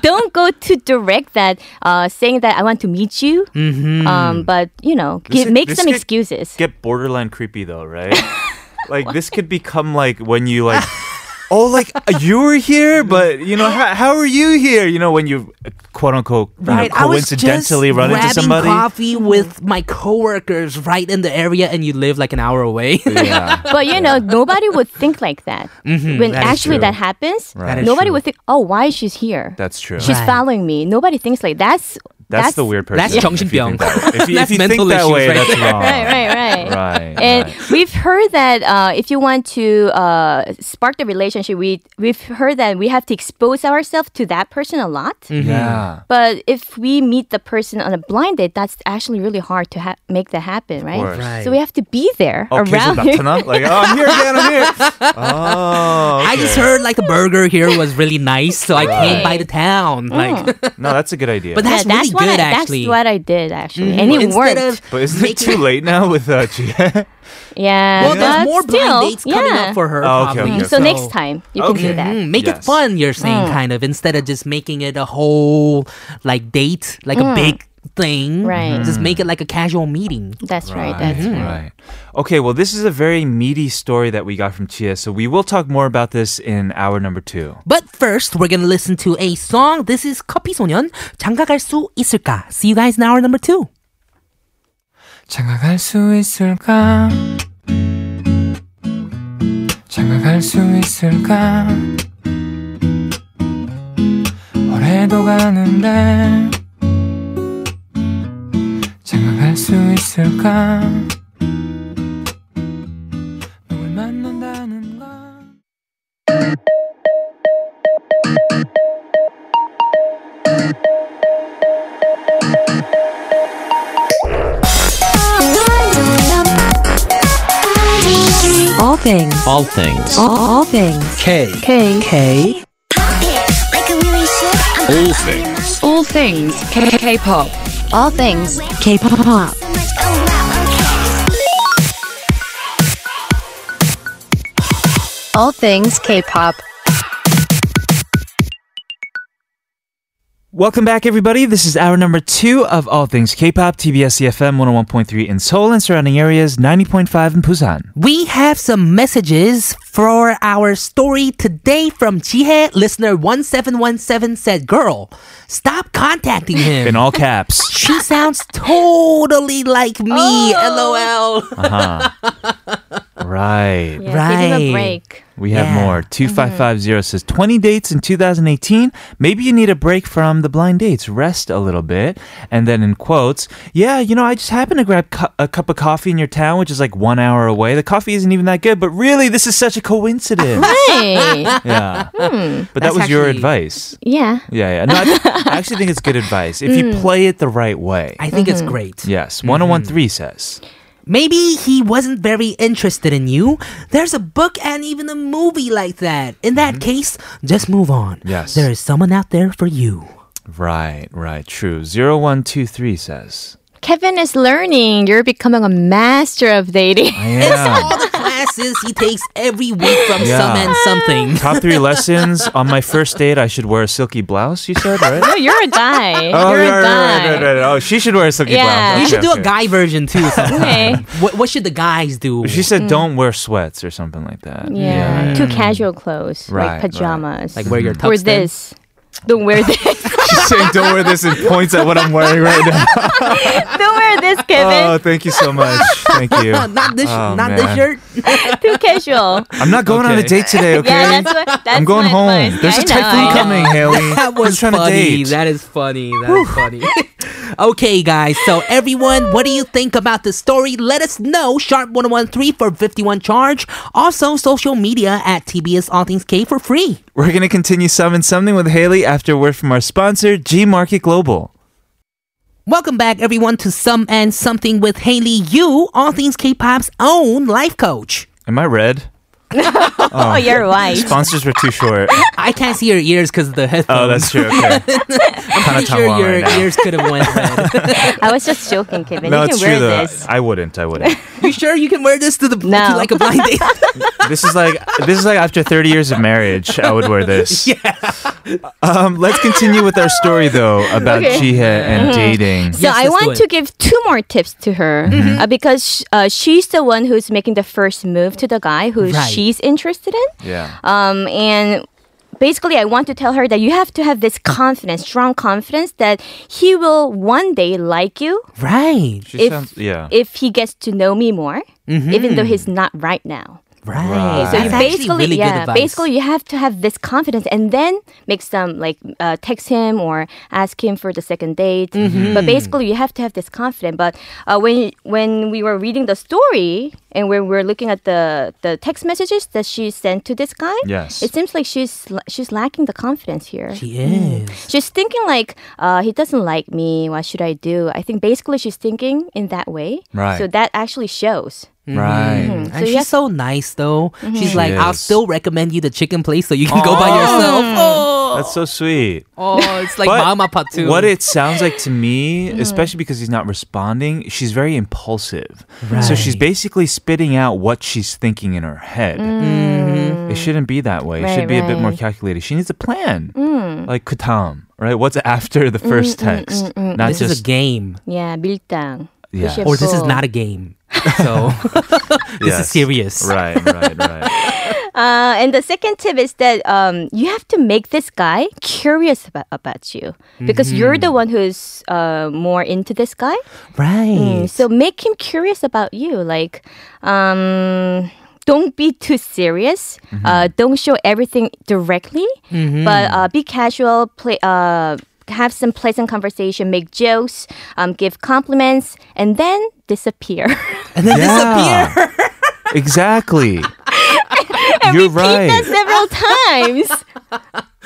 [SPEAKER 6] Don't go too direct that uh, saying that I want to meet you,
[SPEAKER 2] Mm.
[SPEAKER 1] Mm-hmm.
[SPEAKER 6] um, but you know,
[SPEAKER 1] This
[SPEAKER 6] give,
[SPEAKER 1] is-
[SPEAKER 6] make
[SPEAKER 1] this
[SPEAKER 6] some
[SPEAKER 1] could
[SPEAKER 6] excuses.
[SPEAKER 1] Get borderline creepy though, right? like this could become like when you like. Oh, like you were here, but you know how, how are you here? You know when you uh, quote unquote you know,
[SPEAKER 2] Right, I was just
[SPEAKER 1] coincidentally run into
[SPEAKER 2] grabbing
[SPEAKER 1] somebody.
[SPEAKER 2] coffee with my coworkers right in the area, and you live like an hour away.
[SPEAKER 1] Yeah,
[SPEAKER 6] but you know, nobody would think like that. when
[SPEAKER 2] that is
[SPEAKER 6] actually
[SPEAKER 2] true.
[SPEAKER 6] that happens,
[SPEAKER 1] Right. That is
[SPEAKER 6] nobody
[SPEAKER 2] true.
[SPEAKER 6] would think, "Oh, why she's here?
[SPEAKER 1] that's true.
[SPEAKER 6] she's
[SPEAKER 2] Right.
[SPEAKER 6] following me." Nobody thinks like that's
[SPEAKER 1] that's, the weird person.
[SPEAKER 2] that's
[SPEAKER 1] if you think
[SPEAKER 2] 정신병.
[SPEAKER 1] that way. If you,
[SPEAKER 2] That's
[SPEAKER 1] if you think
[SPEAKER 2] mental
[SPEAKER 1] that
[SPEAKER 2] issues
[SPEAKER 1] way,
[SPEAKER 2] right
[SPEAKER 1] that's
[SPEAKER 2] there.
[SPEAKER 1] wrong.
[SPEAKER 6] Right, right, right.
[SPEAKER 1] Right,
[SPEAKER 6] And
[SPEAKER 1] right.
[SPEAKER 6] we've heard that uh, if you want to uh, spark the relationship, we we've heard that we have to expose ourselves to that person a lot.
[SPEAKER 1] Yeah.
[SPEAKER 6] But if we meet the person on a blind date, that's actually really hard to ha- make that happen, right?
[SPEAKER 1] course.
[SPEAKER 2] Right.
[SPEAKER 6] So we have to be there
[SPEAKER 1] Oh, 계속
[SPEAKER 6] around.
[SPEAKER 1] 나타나? Like, oh, I'm here again, I'm here. Oh,
[SPEAKER 2] I just
[SPEAKER 1] okay.
[SPEAKER 2] heard like the burger here was really nice, so I came by the town.
[SPEAKER 1] Mm.
[SPEAKER 2] Like,
[SPEAKER 1] No, that's a good idea.
[SPEAKER 2] but
[SPEAKER 1] But,
[SPEAKER 2] that's
[SPEAKER 6] yeah, that's
[SPEAKER 2] really
[SPEAKER 6] what
[SPEAKER 2] good
[SPEAKER 6] I,
[SPEAKER 2] actually. Mm-hmm.
[SPEAKER 6] That's what I did actually, and it
[SPEAKER 2] Instead
[SPEAKER 6] worked.
[SPEAKER 2] of-
[SPEAKER 1] isn't it too late now with uh, Jihye?
[SPEAKER 6] yeah.
[SPEAKER 2] well, there's
[SPEAKER 6] but
[SPEAKER 2] more
[SPEAKER 6] still,
[SPEAKER 2] blind dates coming
[SPEAKER 6] yeah. Mm-hmm.
[SPEAKER 2] up for her.
[SPEAKER 1] Oh, okay,
[SPEAKER 2] probably.
[SPEAKER 1] okay,
[SPEAKER 6] So next time you can do
[SPEAKER 1] Okay.
[SPEAKER 6] that. Mm.
[SPEAKER 2] Mm, make it
[SPEAKER 1] Yes.
[SPEAKER 2] fun. You're saying kind of instead of just making it a whole like date, like a big thing.
[SPEAKER 6] Mm. Right.
[SPEAKER 2] Just
[SPEAKER 1] Mm.
[SPEAKER 2] make it like a casual meeting.
[SPEAKER 6] That's right.
[SPEAKER 2] Mm-hmm.
[SPEAKER 6] That's right.
[SPEAKER 1] right. Okay, well, this is a very meaty story that we got from Chia, so we will talk more about this in hour number two.
[SPEAKER 2] But first, we're gonna listen to a song. This is 커피 소년. 장가갈 수 있을까? See you guys in hour number two.
[SPEAKER 8] 장가갈 수 있을까? 장가갈 수 있을까? 올해도 가는데 장가갈 수 있을까? 누굴 만난다는 건
[SPEAKER 6] Oh.
[SPEAKER 7] All things.
[SPEAKER 5] All things.
[SPEAKER 7] All, all things.
[SPEAKER 5] K.
[SPEAKER 7] K. K.
[SPEAKER 5] All things.
[SPEAKER 7] All things. K. K. Pop. All things. K. Pop. All things K. Pop.
[SPEAKER 1] Welcome back, everybody. This is hour number two of All Things K-Pop, TBS EFM 101.3 in Seoul and surrounding areas, 90.5 in Busan.
[SPEAKER 2] We have some messages for our story today from Jihae. Listener 1717 said, Girl, stop contacting
[SPEAKER 1] In
[SPEAKER 2] him.
[SPEAKER 1] all caps.
[SPEAKER 2] She sounds totally like me.
[SPEAKER 6] Oh.
[SPEAKER 2] LOL.
[SPEAKER 1] Right.
[SPEAKER 6] Yeah, Give him
[SPEAKER 2] Right.
[SPEAKER 6] a break.
[SPEAKER 1] We have
[SPEAKER 2] Yeah.
[SPEAKER 1] more. 2550 says 20 dates in 2018. Maybe you need a break from the blind dates. Rest a little bit. And then in quotes, yeah, you know, I just happened to grab cu- a cup of coffee in your town, which is like one hour away. The coffee isn't even that good, but really, this is such a coincidence.
[SPEAKER 6] Hey.
[SPEAKER 1] yeah. But that
[SPEAKER 2] Hmm. That's
[SPEAKER 1] was your
[SPEAKER 2] actually-
[SPEAKER 1] advice.
[SPEAKER 6] yeah.
[SPEAKER 1] Yeah, yeah. No, I, I actually think it's good advice if you play it the right way.
[SPEAKER 2] Hmm. I Mm-hmm. think it's great.
[SPEAKER 1] yes. 1013 says.
[SPEAKER 2] Maybe he wasn't very interested in you. There's a book and even a movie like that. In that case, just move on.
[SPEAKER 1] Mm-hmm. Yes.
[SPEAKER 2] There is someone out there for you.
[SPEAKER 1] Right, right. True. 0123 says.
[SPEAKER 6] Kevin is learning. You're becoming a master of dating.
[SPEAKER 1] I am.
[SPEAKER 2] All the classes he takes every week from
[SPEAKER 1] Yeah.
[SPEAKER 2] some and something.
[SPEAKER 1] Top three lessons on my first date. I should wear a silky blouse. You said right.
[SPEAKER 6] No, you're a guy.
[SPEAKER 2] Oh,
[SPEAKER 6] you're
[SPEAKER 1] Oh, right,
[SPEAKER 6] a guy.
[SPEAKER 1] right, right, right, right. Oh, she should wear a silky
[SPEAKER 6] Yeah.
[SPEAKER 1] blouse.
[SPEAKER 2] You
[SPEAKER 1] Okay,
[SPEAKER 2] should do
[SPEAKER 1] okay.
[SPEAKER 2] a guy version too. sometime.
[SPEAKER 6] Okay.
[SPEAKER 2] what, what should the guys do?
[SPEAKER 1] She
[SPEAKER 6] Mm.
[SPEAKER 1] said, "Don't wear sweats or something like that."
[SPEAKER 6] Yeah. Too casual clothes,
[SPEAKER 1] Right, right.
[SPEAKER 6] like pajamas.
[SPEAKER 2] like wear your
[SPEAKER 6] or
[SPEAKER 2] tux then?
[SPEAKER 6] this. Don't wear this.
[SPEAKER 1] She's saying, "Don't wear this," and points at what I'm wearing right now.
[SPEAKER 6] Don't wear this,
[SPEAKER 1] Oh,
[SPEAKER 6] Kevin.
[SPEAKER 1] thank you so much. Thank you.
[SPEAKER 2] not this,
[SPEAKER 1] Oh,
[SPEAKER 2] not this
[SPEAKER 1] man.
[SPEAKER 2] shirt.
[SPEAKER 6] Too casual.
[SPEAKER 1] I'm not going on a
[SPEAKER 8] Okay.
[SPEAKER 1] date today. Okay.
[SPEAKER 6] Yeah, that's what. That's
[SPEAKER 1] I'm going
[SPEAKER 6] my
[SPEAKER 1] home.
[SPEAKER 6] advice.
[SPEAKER 1] There's
[SPEAKER 6] I
[SPEAKER 1] a
[SPEAKER 6] know, I
[SPEAKER 1] typhoon
[SPEAKER 6] know.
[SPEAKER 1] coming, Haley.
[SPEAKER 2] That
[SPEAKER 1] We're
[SPEAKER 2] was
[SPEAKER 1] trying to
[SPEAKER 2] funny.
[SPEAKER 1] date.
[SPEAKER 2] That is funny. That is funny. okay, guys. So everyone, what do you think about the story? Let us know. Sharp one oh one three for fifty one charge. Also, social media at TBS All Things K for free.
[SPEAKER 1] We're going to continue summon something with Haley after a word from our sponsor, G Market Global.
[SPEAKER 2] Welcome back, everyone, to Some and Something with Haley You, All Things K-pop's own life coach.
[SPEAKER 1] Am I red?
[SPEAKER 6] Oh, you're right.
[SPEAKER 1] Sponsors were too short.
[SPEAKER 2] I can't see your ears because of the headphones.
[SPEAKER 1] Oh, that's true. Okay. kind of
[SPEAKER 2] Sure,
[SPEAKER 1] tongue
[SPEAKER 2] your
[SPEAKER 1] right now.
[SPEAKER 2] ears could have went red.
[SPEAKER 6] I was just joking, Kevin.
[SPEAKER 1] No,
[SPEAKER 6] you can
[SPEAKER 1] it's true
[SPEAKER 6] wear
[SPEAKER 1] though.
[SPEAKER 6] this.
[SPEAKER 1] I wouldn't. I wouldn't.
[SPEAKER 2] you sure you can wear this to the to
[SPEAKER 6] No.
[SPEAKER 2] like a blind date?
[SPEAKER 1] This is like this is like after 30 years of marriage, I would wear this. Yeah. Um, let's continue with our story though about
[SPEAKER 6] Okay.
[SPEAKER 1] Jihae and dating.
[SPEAKER 6] So
[SPEAKER 2] Yes, let's
[SPEAKER 6] I
[SPEAKER 2] do
[SPEAKER 6] want
[SPEAKER 2] it.
[SPEAKER 6] to give two more tips to her
[SPEAKER 1] Mm-hmm.
[SPEAKER 6] uh, because sh- uh, she's the one who's making the first move to the guy who
[SPEAKER 2] Right.
[SPEAKER 6] she's interested in.
[SPEAKER 1] Yeah.
[SPEAKER 6] Um, and basically, I want to tell her that you have to have this confidence, strong confidence that he will one day like you
[SPEAKER 2] right,
[SPEAKER 1] She
[SPEAKER 6] if-
[SPEAKER 1] sounds yeah.
[SPEAKER 6] if he gets to know me more, even though he's not right now.
[SPEAKER 2] right.
[SPEAKER 1] Right.
[SPEAKER 6] So you
[SPEAKER 2] Ah. That's actually
[SPEAKER 6] basically,
[SPEAKER 2] really good
[SPEAKER 6] yeah,
[SPEAKER 2] advice.
[SPEAKER 6] basically you have to have this confidence, and then make some like uh, text him or ask him for the second date. But basically, you have to have this confidence. But uh, when when we were reading the story and when we were looking at the the text messages that she sent to this guy,
[SPEAKER 1] Yes.
[SPEAKER 6] it seems like she's la- she's lacking the confidence here.
[SPEAKER 2] She is.
[SPEAKER 6] She's thinking like uh, he doesn't like me. What should I do? I think basically she's thinking in that way.
[SPEAKER 1] Right.
[SPEAKER 6] So that actually shows.
[SPEAKER 1] Right.
[SPEAKER 2] And
[SPEAKER 6] So
[SPEAKER 2] she's
[SPEAKER 6] yes- Mm-hmm.
[SPEAKER 2] so nice though. She's
[SPEAKER 1] She
[SPEAKER 2] like, I'll
[SPEAKER 1] is.
[SPEAKER 2] still recommend you the chicken place so you can go by yourself.
[SPEAKER 6] Mm.
[SPEAKER 2] Oh,
[SPEAKER 1] That's so sweet.
[SPEAKER 2] oh it's like
[SPEAKER 1] But
[SPEAKER 2] mama pot too.
[SPEAKER 1] What it sounds like to me, especially because he's not responding, she's very impulsive. So she's basically spitting out what she's thinking in her head.
[SPEAKER 2] Mm-hmm.
[SPEAKER 1] It shouldn't be that way. it
[SPEAKER 6] Right,
[SPEAKER 1] should be a bit more
[SPEAKER 6] right.
[SPEAKER 1] calculated. She needs a plan.
[SPEAKER 2] Mm.
[SPEAKER 1] Like kutam, right? What's after the first text? Not
[SPEAKER 2] mm. this is a
[SPEAKER 1] just
[SPEAKER 2] game,
[SPEAKER 6] Yeah, 밀당.
[SPEAKER 1] Yeah.
[SPEAKER 6] Bishop
[SPEAKER 2] or this is
[SPEAKER 6] Bull.
[SPEAKER 2] not a game. So this is
[SPEAKER 1] Yes.
[SPEAKER 2] serious.
[SPEAKER 1] Right, right, right.
[SPEAKER 6] Uh, and the second tip is that um, you have to make this guy curious about, about you because you're the one who's uh, more into this guy.
[SPEAKER 2] Right.
[SPEAKER 6] Mm, So make him curious about you. Like, um, don't be too serious.
[SPEAKER 1] Mm-hmm.
[SPEAKER 6] Uh, don't show everything directly, but uh, be casual. Play. Uh, have some pleasant conversation, make jokes, um, give compliments, and then disappear.
[SPEAKER 2] And then
[SPEAKER 1] Yeah.
[SPEAKER 2] disappear.
[SPEAKER 1] exactly. You're right.
[SPEAKER 6] Repeat that several times.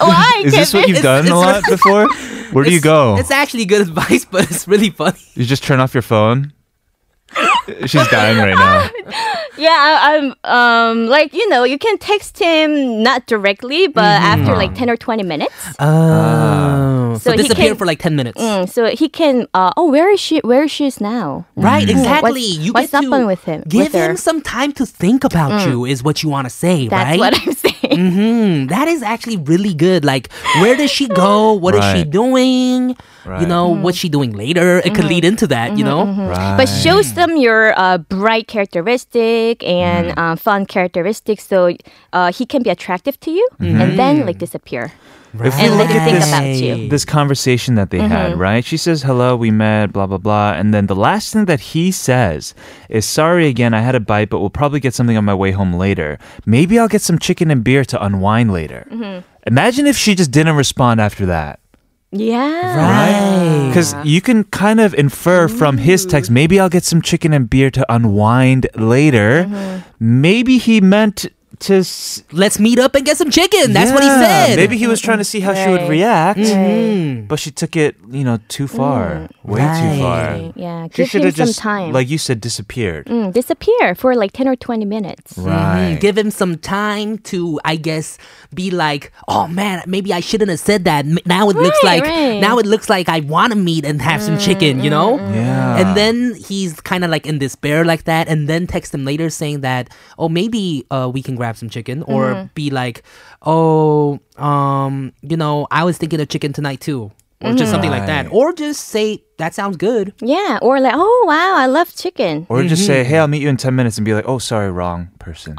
[SPEAKER 6] Why,
[SPEAKER 1] Is this what
[SPEAKER 6] Kevin?
[SPEAKER 1] you've done a lot before? Where do you go?
[SPEAKER 2] It's actually good advice, but it's really funny.
[SPEAKER 1] You just turn off your phone? She's dying right now.
[SPEAKER 6] Yeah, I, I'm um like you know you can text him not directly, but
[SPEAKER 1] Mm-hmm.
[SPEAKER 6] after like ten or twenty minutes,
[SPEAKER 1] Ah.
[SPEAKER 2] Oh. So,
[SPEAKER 6] So he
[SPEAKER 2] disappear
[SPEAKER 6] can-
[SPEAKER 2] for like 10 minutes.
[SPEAKER 6] Mm, so he can. Uh, oh, where is she? Where she is now?
[SPEAKER 1] Mm.
[SPEAKER 2] Right, exactly.
[SPEAKER 6] What's-
[SPEAKER 2] you
[SPEAKER 6] what's
[SPEAKER 2] get to
[SPEAKER 6] happened with him- with
[SPEAKER 2] Give
[SPEAKER 6] her? Mm.
[SPEAKER 2] him some time to think about you is what you want to say,
[SPEAKER 6] That's
[SPEAKER 2] right?
[SPEAKER 6] what I'm
[SPEAKER 2] Mm,
[SPEAKER 6] saying.
[SPEAKER 2] that is actually really good. Like, where does she go? What is she
[SPEAKER 1] Right.
[SPEAKER 2] doing? You
[SPEAKER 1] Right.
[SPEAKER 2] know, what's she doing later? It
[SPEAKER 6] Mm-hmm.
[SPEAKER 2] could lead into that, you know?
[SPEAKER 1] Mm. Right.
[SPEAKER 6] But shows them your uh, bright characteristic and
[SPEAKER 1] Mm-hmm.
[SPEAKER 6] uh, fun characteristics, so uh, he can be attractive to you,
[SPEAKER 1] Mm-hmm.
[SPEAKER 6] and then like disappear.
[SPEAKER 1] If we
[SPEAKER 6] And
[SPEAKER 1] look
[SPEAKER 6] let him
[SPEAKER 1] at
[SPEAKER 6] think
[SPEAKER 1] this,
[SPEAKER 6] about you. Mm-hmm.
[SPEAKER 1] this conversation that they had, right? She says, hello, we met, blah, blah, blah. And then the last thing that he says is, sorry again, I had a bite, but we'll probably get something on my way home later. Maybe I'll get some chicken and beer to unwind later.
[SPEAKER 6] Mm-hmm.
[SPEAKER 1] Imagine if she just didn't respond after that.
[SPEAKER 6] Yeah.
[SPEAKER 1] Right? Because you can kind of infer from his
[SPEAKER 6] Mm-hmm.
[SPEAKER 1] text, maybe I'll get some chicken and beer to unwind later.
[SPEAKER 6] Mm-hmm.
[SPEAKER 1] Maybe he meant to. S-
[SPEAKER 2] Let's meet up and get some chicken. That's what he
[SPEAKER 1] Yeah,
[SPEAKER 2] said.
[SPEAKER 1] Maybe he was trying to see how she would
[SPEAKER 6] Right.
[SPEAKER 1] react,
[SPEAKER 2] Mm.
[SPEAKER 1] but she took it, you know, too far, way too
[SPEAKER 2] Right.
[SPEAKER 1] far.
[SPEAKER 6] Yeah.
[SPEAKER 1] She
[SPEAKER 6] Give
[SPEAKER 1] should
[SPEAKER 6] him
[SPEAKER 1] have
[SPEAKER 6] Mm. some
[SPEAKER 1] just,
[SPEAKER 6] time.
[SPEAKER 1] like you said, disappeared.
[SPEAKER 2] Mm-hmm.
[SPEAKER 6] Mm, disappear for like ten or twenty
[SPEAKER 1] Mm.
[SPEAKER 6] minutes.
[SPEAKER 1] Right.
[SPEAKER 2] Give him some time to, I guess, be like, oh man, maybe I shouldn't have said that. M- Now it looks like
[SPEAKER 6] Right, right. Mm-hmm.
[SPEAKER 2] now it looks like I want to meet and have some chicken, you know.
[SPEAKER 1] Yeah.
[SPEAKER 2] And then he's kind of like in despair like that, and then text him later saying that, oh maybe uh, we can grab some chicken, or be like, oh um you know I was thinking of chicken tonight too. or just something like
[SPEAKER 1] Right.
[SPEAKER 2] that, or just say that sounds good.
[SPEAKER 6] Yeah, or like, oh wow, I love chicken.
[SPEAKER 1] Or just say,
[SPEAKER 2] mm-hmm.
[SPEAKER 1] hey, I'll meet you in 10 minutes and be like, oh, sorry, wrong person.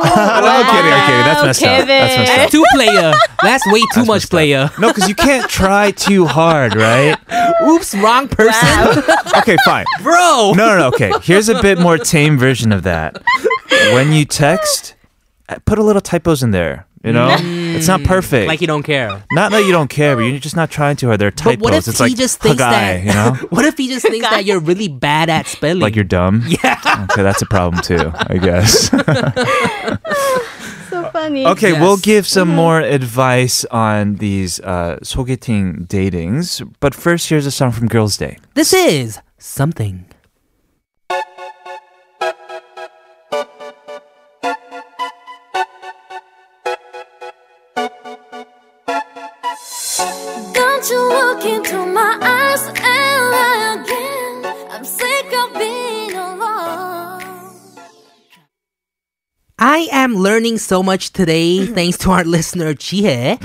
[SPEAKER 1] I'm
[SPEAKER 6] wow,
[SPEAKER 1] kidding, I'm kidding. That's messed up. That's messed
[SPEAKER 6] Kevin.
[SPEAKER 1] up.
[SPEAKER 2] That's too player. That's way too much player.
[SPEAKER 1] No, because you can't try too hard, right?
[SPEAKER 2] Oops, wrong person,
[SPEAKER 1] Okay, fine.
[SPEAKER 2] bro.
[SPEAKER 1] No, no, no. Okay, here's a bit more tame version of that. When you text, uh, put a little typos in there. You know, it's not perfect.
[SPEAKER 2] Mm. Like you don't care.
[SPEAKER 1] not that you don't care, but you're just not trying too hard. There are typos.
[SPEAKER 2] But what if
[SPEAKER 1] it's like
[SPEAKER 2] he just thinks
[SPEAKER 1] "Hagai,"
[SPEAKER 2] that?
[SPEAKER 1] you know,
[SPEAKER 2] what if he just thinks that you're really bad at spelling?
[SPEAKER 1] like you're dumb. Yeah. Okay, that's a problem too, I guess.
[SPEAKER 6] so funny.
[SPEAKER 1] Okay, we'll
[SPEAKER 2] Yes.
[SPEAKER 1] give some more advice on these uh, 소개팅 datings. But first, here's a song from Girls' Day.
[SPEAKER 2] this is something.
[SPEAKER 3] Don't you look into my eyes and again? I'm sick of being alone.
[SPEAKER 2] I am learning so much today
[SPEAKER 1] Mm-hmm.
[SPEAKER 2] thanks to our listener Chihye.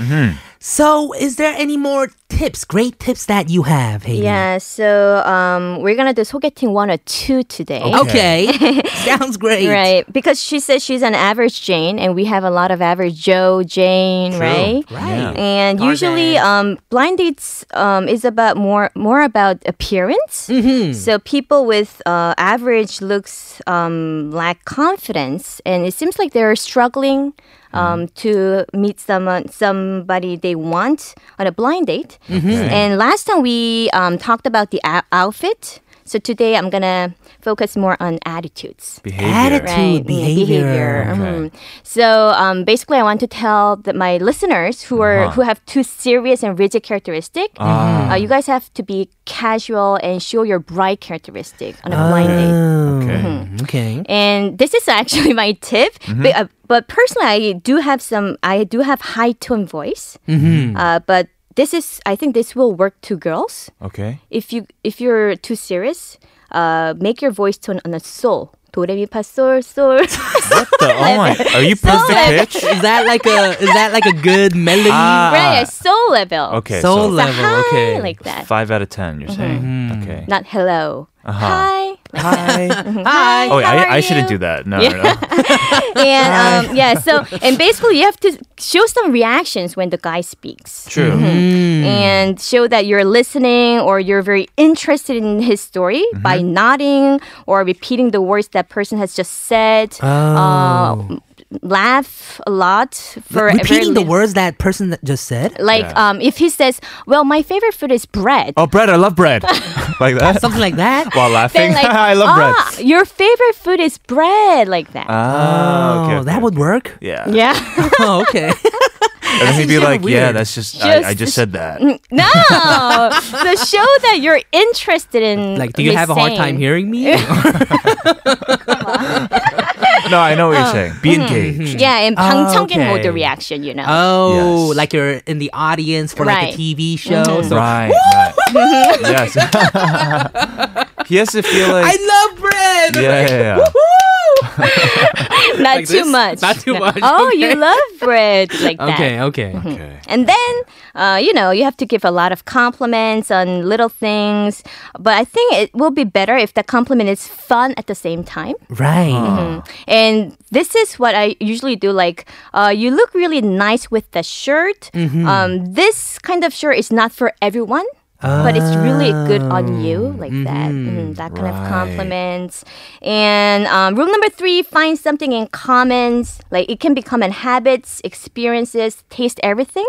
[SPEAKER 2] So, is there any more tips, great tips that you have, Haley?
[SPEAKER 6] Yeah, so um, we're gonna do 소개팅 one or two today.
[SPEAKER 2] Okay. Sounds great.
[SPEAKER 6] Right, because she says she's an average Jane, and we have a lot of average Joe, Jane, right?
[SPEAKER 2] Right.
[SPEAKER 6] And
[SPEAKER 2] Are
[SPEAKER 6] usually,
[SPEAKER 2] there-
[SPEAKER 6] um, blind dates um, is about more more about appearance. So people with uh, average looks um, lack confidence, and it seems like they're struggling um, to meet someone somebody they want on a blind date.
[SPEAKER 1] Mm-hmm.
[SPEAKER 6] And last time we um, talked about the ou- outfit. So today I'm gonna focus more on attitudes.
[SPEAKER 1] Behavior.
[SPEAKER 2] Attitude.
[SPEAKER 6] Right, yeah,
[SPEAKER 2] behavior.
[SPEAKER 1] Okay.
[SPEAKER 6] mhm. So um, basically, I want to tell that my listeners who are who have too serious and rigid characteristic, uh, you guys have to be casual and show your bright characteristic on a blind
[SPEAKER 2] Ah.
[SPEAKER 6] date.
[SPEAKER 1] Okay.
[SPEAKER 2] Mm, Mm-hmm. Okay.
[SPEAKER 6] And this is actually my tip. But, uh, but personally, I do have some. I do have high tone voice.
[SPEAKER 2] Mm-hmm.
[SPEAKER 6] Uh, but this is. I think this will work to girls
[SPEAKER 1] Okay.
[SPEAKER 6] if you if you're too serious, uh, make your voice tone on a sol. 도레미파 솔 솔.
[SPEAKER 1] What the? Oh my! Are you perfect pitch?
[SPEAKER 2] Is that like a is that like a good melody?
[SPEAKER 1] Ah.
[SPEAKER 6] Right, a sol level.
[SPEAKER 1] Okay.
[SPEAKER 2] Soul
[SPEAKER 1] So,
[SPEAKER 6] It's a
[SPEAKER 2] level,
[SPEAKER 6] hi
[SPEAKER 2] okay.
[SPEAKER 6] like that.
[SPEAKER 1] five out of ten. You're saying. Mm-hmm. Okay.
[SPEAKER 6] Not hello. Hi. Like,
[SPEAKER 1] Hi.
[SPEAKER 6] hi.
[SPEAKER 1] Uh-huh. Oh, wait,
[SPEAKER 6] how
[SPEAKER 1] I,
[SPEAKER 6] are
[SPEAKER 1] I
[SPEAKER 6] you?
[SPEAKER 1] shouldn't do that. No, no, no.
[SPEAKER 6] And um, yeah, so and basically you have to show some reactions when the guy speaks.
[SPEAKER 1] True. Hmm.
[SPEAKER 6] and show that you're listening or you're very interested in his story
[SPEAKER 1] Mm-hmm.
[SPEAKER 6] by nodding or repeating the words that person has just said.
[SPEAKER 1] Oh.
[SPEAKER 6] Uh, m- laugh a lot for a very
[SPEAKER 2] Repeating the
[SPEAKER 6] little-
[SPEAKER 2] words that person that just said?
[SPEAKER 6] Like um, if he says, "Well, my favorite food is bread,"
[SPEAKER 1] Oh, bread. I love bread. like that.
[SPEAKER 2] Something like that?
[SPEAKER 1] While laughing.
[SPEAKER 6] then like,
[SPEAKER 1] I love
[SPEAKER 6] ah,
[SPEAKER 1] bread.
[SPEAKER 6] Your favorite food is bread, like that.
[SPEAKER 2] Uh,
[SPEAKER 1] Oh, okay,
[SPEAKER 2] oh,
[SPEAKER 1] okay,
[SPEAKER 2] that would
[SPEAKER 1] okay.
[SPEAKER 2] work.
[SPEAKER 1] Yeah.
[SPEAKER 6] yeah.
[SPEAKER 2] Oh, okay.
[SPEAKER 1] And then he'd be
[SPEAKER 2] kinda
[SPEAKER 1] like, yeah,
[SPEAKER 2] weird.
[SPEAKER 1] that's just, I, I
[SPEAKER 6] Just-
[SPEAKER 1] just said that.
[SPEAKER 6] no. so show that you're interested in.
[SPEAKER 2] like, do you
[SPEAKER 6] his
[SPEAKER 2] have a hard
[SPEAKER 6] saying.
[SPEAKER 2] time hearing me?
[SPEAKER 1] No, I know what
[SPEAKER 2] Oh.
[SPEAKER 1] you're saying.
[SPEAKER 2] Mm-hmm.
[SPEAKER 1] Be engaged.
[SPEAKER 6] Yeah, and 방청객
[SPEAKER 2] okay.
[SPEAKER 6] mode reaction, you know.
[SPEAKER 2] Oh,
[SPEAKER 1] Yes.
[SPEAKER 2] like you're in the audience for like
[SPEAKER 6] Right. Mm-hmm.
[SPEAKER 2] a TV show. Mm-hmm. So
[SPEAKER 1] Right. right. yes. he has to feel like.
[SPEAKER 2] I love bread.
[SPEAKER 1] yeah, yeah, yeah.
[SPEAKER 6] not
[SPEAKER 2] Oh, Like
[SPEAKER 6] too
[SPEAKER 2] this?
[SPEAKER 6] much.
[SPEAKER 2] Not too
[SPEAKER 6] No.
[SPEAKER 2] much,
[SPEAKER 6] Oh,
[SPEAKER 2] okay.
[SPEAKER 6] you love bread like that. Mm-hmm.
[SPEAKER 2] Okay, okay.
[SPEAKER 1] Okay.
[SPEAKER 6] And then, uh, you know, you have to give a lot of compliments on little things. But I think it will be better if the compliment is fun at the same time.
[SPEAKER 2] Right. Mm-hmm.
[SPEAKER 6] And this is what I usually do. Like, uh, you look really nice with the shirt. Um, this kind of shirt is not for everyone. But it's really good on you, like that. Mhm, that kind of
[SPEAKER 1] right.
[SPEAKER 6] compliments. And um, rule number three: find something in commons. Like it can be common habits, experiences, taste, everything.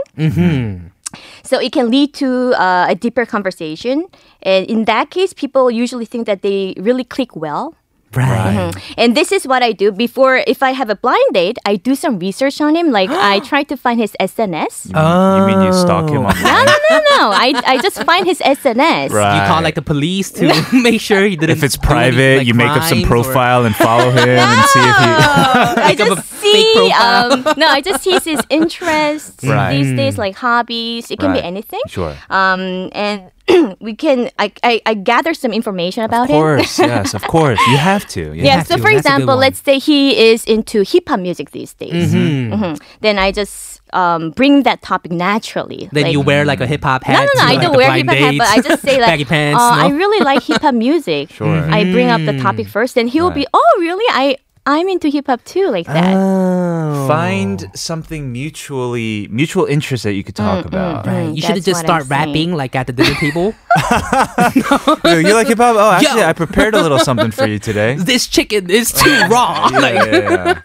[SPEAKER 6] So it can lead to uh, a deeper conversation. And in that case, people usually think that they really click well
[SPEAKER 2] Right.
[SPEAKER 6] and this is what I do before if I have a blind date, I do some research on him. Like I try to find his SNS.
[SPEAKER 1] You mean you stalk
[SPEAKER 2] Oh.
[SPEAKER 1] him online?
[SPEAKER 6] No, no, no, no. I, I just find his SNS.
[SPEAKER 1] Right.
[SPEAKER 2] You call like the police to make sure he didn't.
[SPEAKER 1] If it's
[SPEAKER 2] do any,
[SPEAKER 1] private,
[SPEAKER 2] like,
[SPEAKER 1] you make up some
[SPEAKER 2] crimes or-
[SPEAKER 1] profile and follow him and see if he.
[SPEAKER 6] I
[SPEAKER 2] Make up
[SPEAKER 6] just
[SPEAKER 2] a fake
[SPEAKER 6] see. Um, no, I just see his interests
[SPEAKER 1] Right.
[SPEAKER 6] these days, like hobbies. It can be
[SPEAKER 1] Right.
[SPEAKER 6] anything.
[SPEAKER 1] Sure.
[SPEAKER 6] Um, and we can. I, I, I gather some information about
[SPEAKER 1] Of
[SPEAKER 6] him.
[SPEAKER 1] course, yes, of course. You have to. Yeah.
[SPEAKER 6] Yeah.
[SPEAKER 2] have
[SPEAKER 6] So,
[SPEAKER 2] to.
[SPEAKER 6] for
[SPEAKER 2] That's a good
[SPEAKER 6] example,
[SPEAKER 2] one.
[SPEAKER 6] let's say he is into hip hop music these days. Mhm. Mm-hmm. Then I just um, bring that topic naturally.
[SPEAKER 2] Then
[SPEAKER 6] like,
[SPEAKER 2] you wear
[SPEAKER 1] Mm.
[SPEAKER 2] like a hip hop
[SPEAKER 6] no,
[SPEAKER 2] hat.
[SPEAKER 6] no, no.
[SPEAKER 2] to,
[SPEAKER 6] I
[SPEAKER 2] like,
[SPEAKER 6] don't
[SPEAKER 2] the
[SPEAKER 6] wear hip
[SPEAKER 2] blind
[SPEAKER 6] hop hat, but I
[SPEAKER 2] dates,
[SPEAKER 6] just say like,
[SPEAKER 2] baggy pants.
[SPEAKER 6] uh,
[SPEAKER 2] no? Mm.
[SPEAKER 6] I really like hip hop music.
[SPEAKER 1] Sure.
[SPEAKER 2] Mm-hmm.
[SPEAKER 6] I bring up the topic first, and he will be, oh, really? I I'm into hip hop too, like that.
[SPEAKER 2] Oh.
[SPEAKER 1] Find something mutually mutual interest that you could talk about.
[SPEAKER 2] Right. You should have
[SPEAKER 6] That's
[SPEAKER 2] just
[SPEAKER 6] what I'm
[SPEAKER 2] start rapping like at the dinner table.
[SPEAKER 1] Yo, you like hip hop? Oh, actually,
[SPEAKER 2] Yo.
[SPEAKER 1] I prepared a little something for you today.
[SPEAKER 2] this chicken is too raw.
[SPEAKER 1] Yeah, yeah, yeah.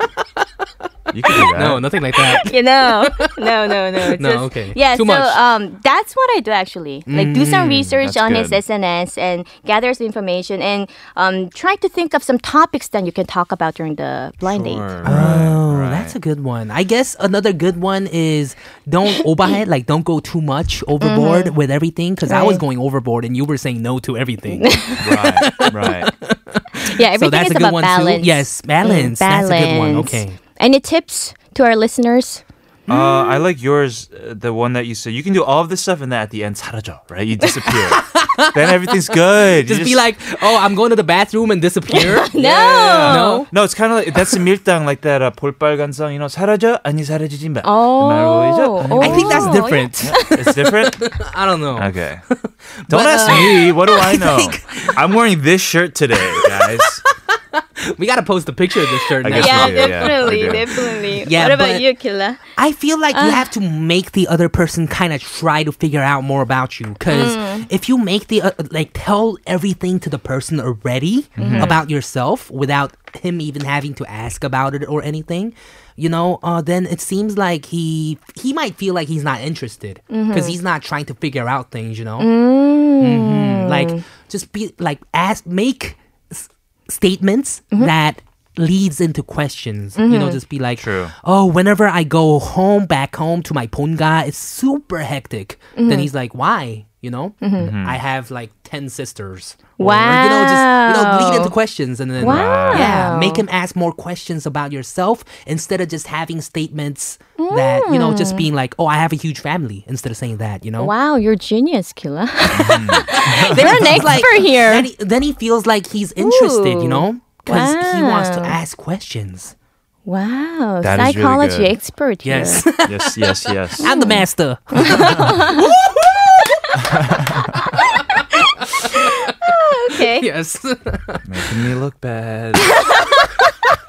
[SPEAKER 1] You can do that.
[SPEAKER 2] No, nothing like that.
[SPEAKER 6] you know, no, no, no. it's
[SPEAKER 2] No,
[SPEAKER 6] just-
[SPEAKER 2] okay.
[SPEAKER 6] Yeah,
[SPEAKER 2] Too
[SPEAKER 6] so
[SPEAKER 2] much. Mm,
[SPEAKER 6] um, that's what I do actually. Like do some research
[SPEAKER 1] that's
[SPEAKER 6] on
[SPEAKER 1] good.
[SPEAKER 6] his SNS and gather some information and um, try to think of some topics that you can talk about during the blind date.
[SPEAKER 2] Oh, that's a good one. I guess another good one is don't overhead, like don't go too much overboard
[SPEAKER 6] Mm-hmm.
[SPEAKER 2] with everything. Because I was going overboard and you were saying no to everything.
[SPEAKER 1] right, right.
[SPEAKER 6] Yeah, everything
[SPEAKER 2] so that's
[SPEAKER 6] is
[SPEAKER 2] a good
[SPEAKER 6] about
[SPEAKER 2] one
[SPEAKER 6] balance.
[SPEAKER 2] too. Yes, balance.
[SPEAKER 6] Mm, balance.
[SPEAKER 2] That's a good one. Okay.
[SPEAKER 6] Any tips to our listeners?
[SPEAKER 1] Uh, I like yours, uh, the one that you said. You can do all of this stuff, and then at the end, 사라져, right? You disappear. then everything's good. You
[SPEAKER 2] Just, be like, oh, I'm going to the bathroom and disappear.
[SPEAKER 6] No.
[SPEAKER 2] No.
[SPEAKER 1] No, it's kind of like that's the 밀당, like that uh, 볼빨간 song. You know, 사라져 아니 사라지지 마.
[SPEAKER 6] Oh.
[SPEAKER 1] The 말보이죠?
[SPEAKER 6] Oh.
[SPEAKER 2] I think that's
[SPEAKER 6] yeah.
[SPEAKER 2] different.
[SPEAKER 1] It's different.
[SPEAKER 2] I don't know.
[SPEAKER 1] Okay. Don't
[SPEAKER 2] But,
[SPEAKER 1] ask
[SPEAKER 2] uh,
[SPEAKER 1] me. What do I know? I'm wearing this shirt today, guys.
[SPEAKER 2] We gotta post a picture of this shirt.
[SPEAKER 1] I
[SPEAKER 2] now.
[SPEAKER 1] guess
[SPEAKER 6] Yeah,
[SPEAKER 1] we do, yeah, we
[SPEAKER 6] definitely,
[SPEAKER 1] do.
[SPEAKER 6] definitely.
[SPEAKER 2] Yeah,
[SPEAKER 6] what about
[SPEAKER 2] but-
[SPEAKER 6] you, Killa?
[SPEAKER 2] I feel like
[SPEAKER 6] Uh.
[SPEAKER 2] you have to make the other person kind of try to figure out more about you. Because
[SPEAKER 6] Mm.
[SPEAKER 2] if you make the, uh, like, tell everything to the person already about yourself without him even having to ask about it or anything, you know, uh, then it seems like he he might feel like he's not interested because
[SPEAKER 6] Mm-hmm.
[SPEAKER 2] he's not trying to figure out things, you know? Mhm. Like,
[SPEAKER 6] Mm.
[SPEAKER 2] just be like, ask, make s- statements
[SPEAKER 6] Mm-hmm.
[SPEAKER 2] that leads into questions. You know, just be like,
[SPEAKER 1] True.
[SPEAKER 2] oh, whenever I go home, back home to my ponga, it's super hectic.
[SPEAKER 6] Mm-hmm.
[SPEAKER 2] Then he's like, why? You know, I have like 10 sisters. Or, you know, just, you know, lead
[SPEAKER 6] Wow.
[SPEAKER 2] into questions and then,
[SPEAKER 6] Wow.
[SPEAKER 2] yeah, make him ask more questions about yourself instead of just having statements that, you know,
[SPEAKER 6] Mm.
[SPEAKER 2] just being like, oh, I have a huge family instead of saying that, you know?
[SPEAKER 6] Wow, you're genius, Killa.
[SPEAKER 1] Mm-hmm.
[SPEAKER 6] You're an expert here.
[SPEAKER 2] Then he, then he feels like he's interested, you know?
[SPEAKER 6] Ooh.
[SPEAKER 2] Because he wants to
[SPEAKER 6] Wow.
[SPEAKER 2] ask questions.
[SPEAKER 6] Wow,
[SPEAKER 1] That is really
[SPEAKER 6] psychology
[SPEAKER 1] good.
[SPEAKER 6] expert here.
[SPEAKER 1] Yes, yes, yes.
[SPEAKER 2] I'm
[SPEAKER 6] Hmm.
[SPEAKER 2] the master.
[SPEAKER 6] okay.
[SPEAKER 2] yes.
[SPEAKER 1] Making me look bad.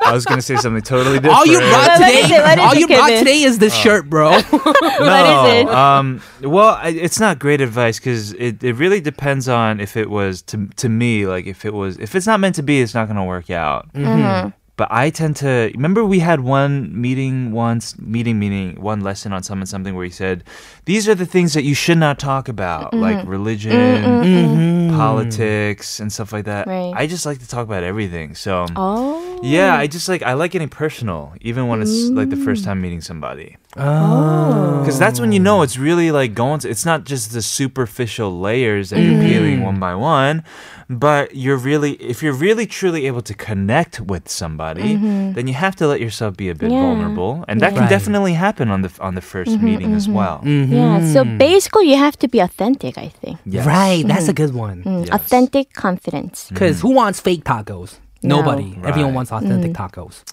[SPEAKER 1] I was gonna say something totally different.
[SPEAKER 2] all you brought
[SPEAKER 6] What is
[SPEAKER 2] today,
[SPEAKER 6] it? What is
[SPEAKER 2] all
[SPEAKER 6] it,
[SPEAKER 2] you brought
[SPEAKER 6] Kevin?
[SPEAKER 2] today is
[SPEAKER 1] Uh,
[SPEAKER 2] this shirt,
[SPEAKER 1] no,
[SPEAKER 2] bro.
[SPEAKER 6] What is it?
[SPEAKER 1] Um, well, I, it's not great advice because it, it really depends on if it was to to me like if it was if it's not meant to be, it's not gonna work out.
[SPEAKER 6] Mm-hmm.
[SPEAKER 1] But I tend to remember we had one meeting once, meeting meaning one lesson on someone something where he said, "These are the things that you should not talk about,
[SPEAKER 6] Mm-hmm.
[SPEAKER 1] like religion, politics, and stuff like that."
[SPEAKER 6] Right.
[SPEAKER 1] I just like to talk about everything, so. um,
[SPEAKER 6] Oh.
[SPEAKER 1] Yeah, I just like I like getting personal, even when it's like the first time meeting somebody. Because that's when you know it's really like going. To, it's not just the superficial layers that you're peeling one by one, but you're really if you're really truly able to connect with somebody, then you have to let yourself be a bit
[SPEAKER 6] Yeah.
[SPEAKER 1] vulnerable, and that can
[SPEAKER 2] Right.
[SPEAKER 1] definitely happen on the on the 1st meeting as well.
[SPEAKER 6] Yeah. So
[SPEAKER 1] Mm.
[SPEAKER 6] basically, you have to be authentic. I think
[SPEAKER 1] Yes.
[SPEAKER 2] Right, that's a
[SPEAKER 6] Hmm.
[SPEAKER 2] good one.
[SPEAKER 1] Yes.
[SPEAKER 6] authentic confidence.
[SPEAKER 2] Because who wants fake tacos?
[SPEAKER 6] No. Hmm.
[SPEAKER 2] Nobody. Everyone
[SPEAKER 1] Right.
[SPEAKER 2] wants authentic tacos.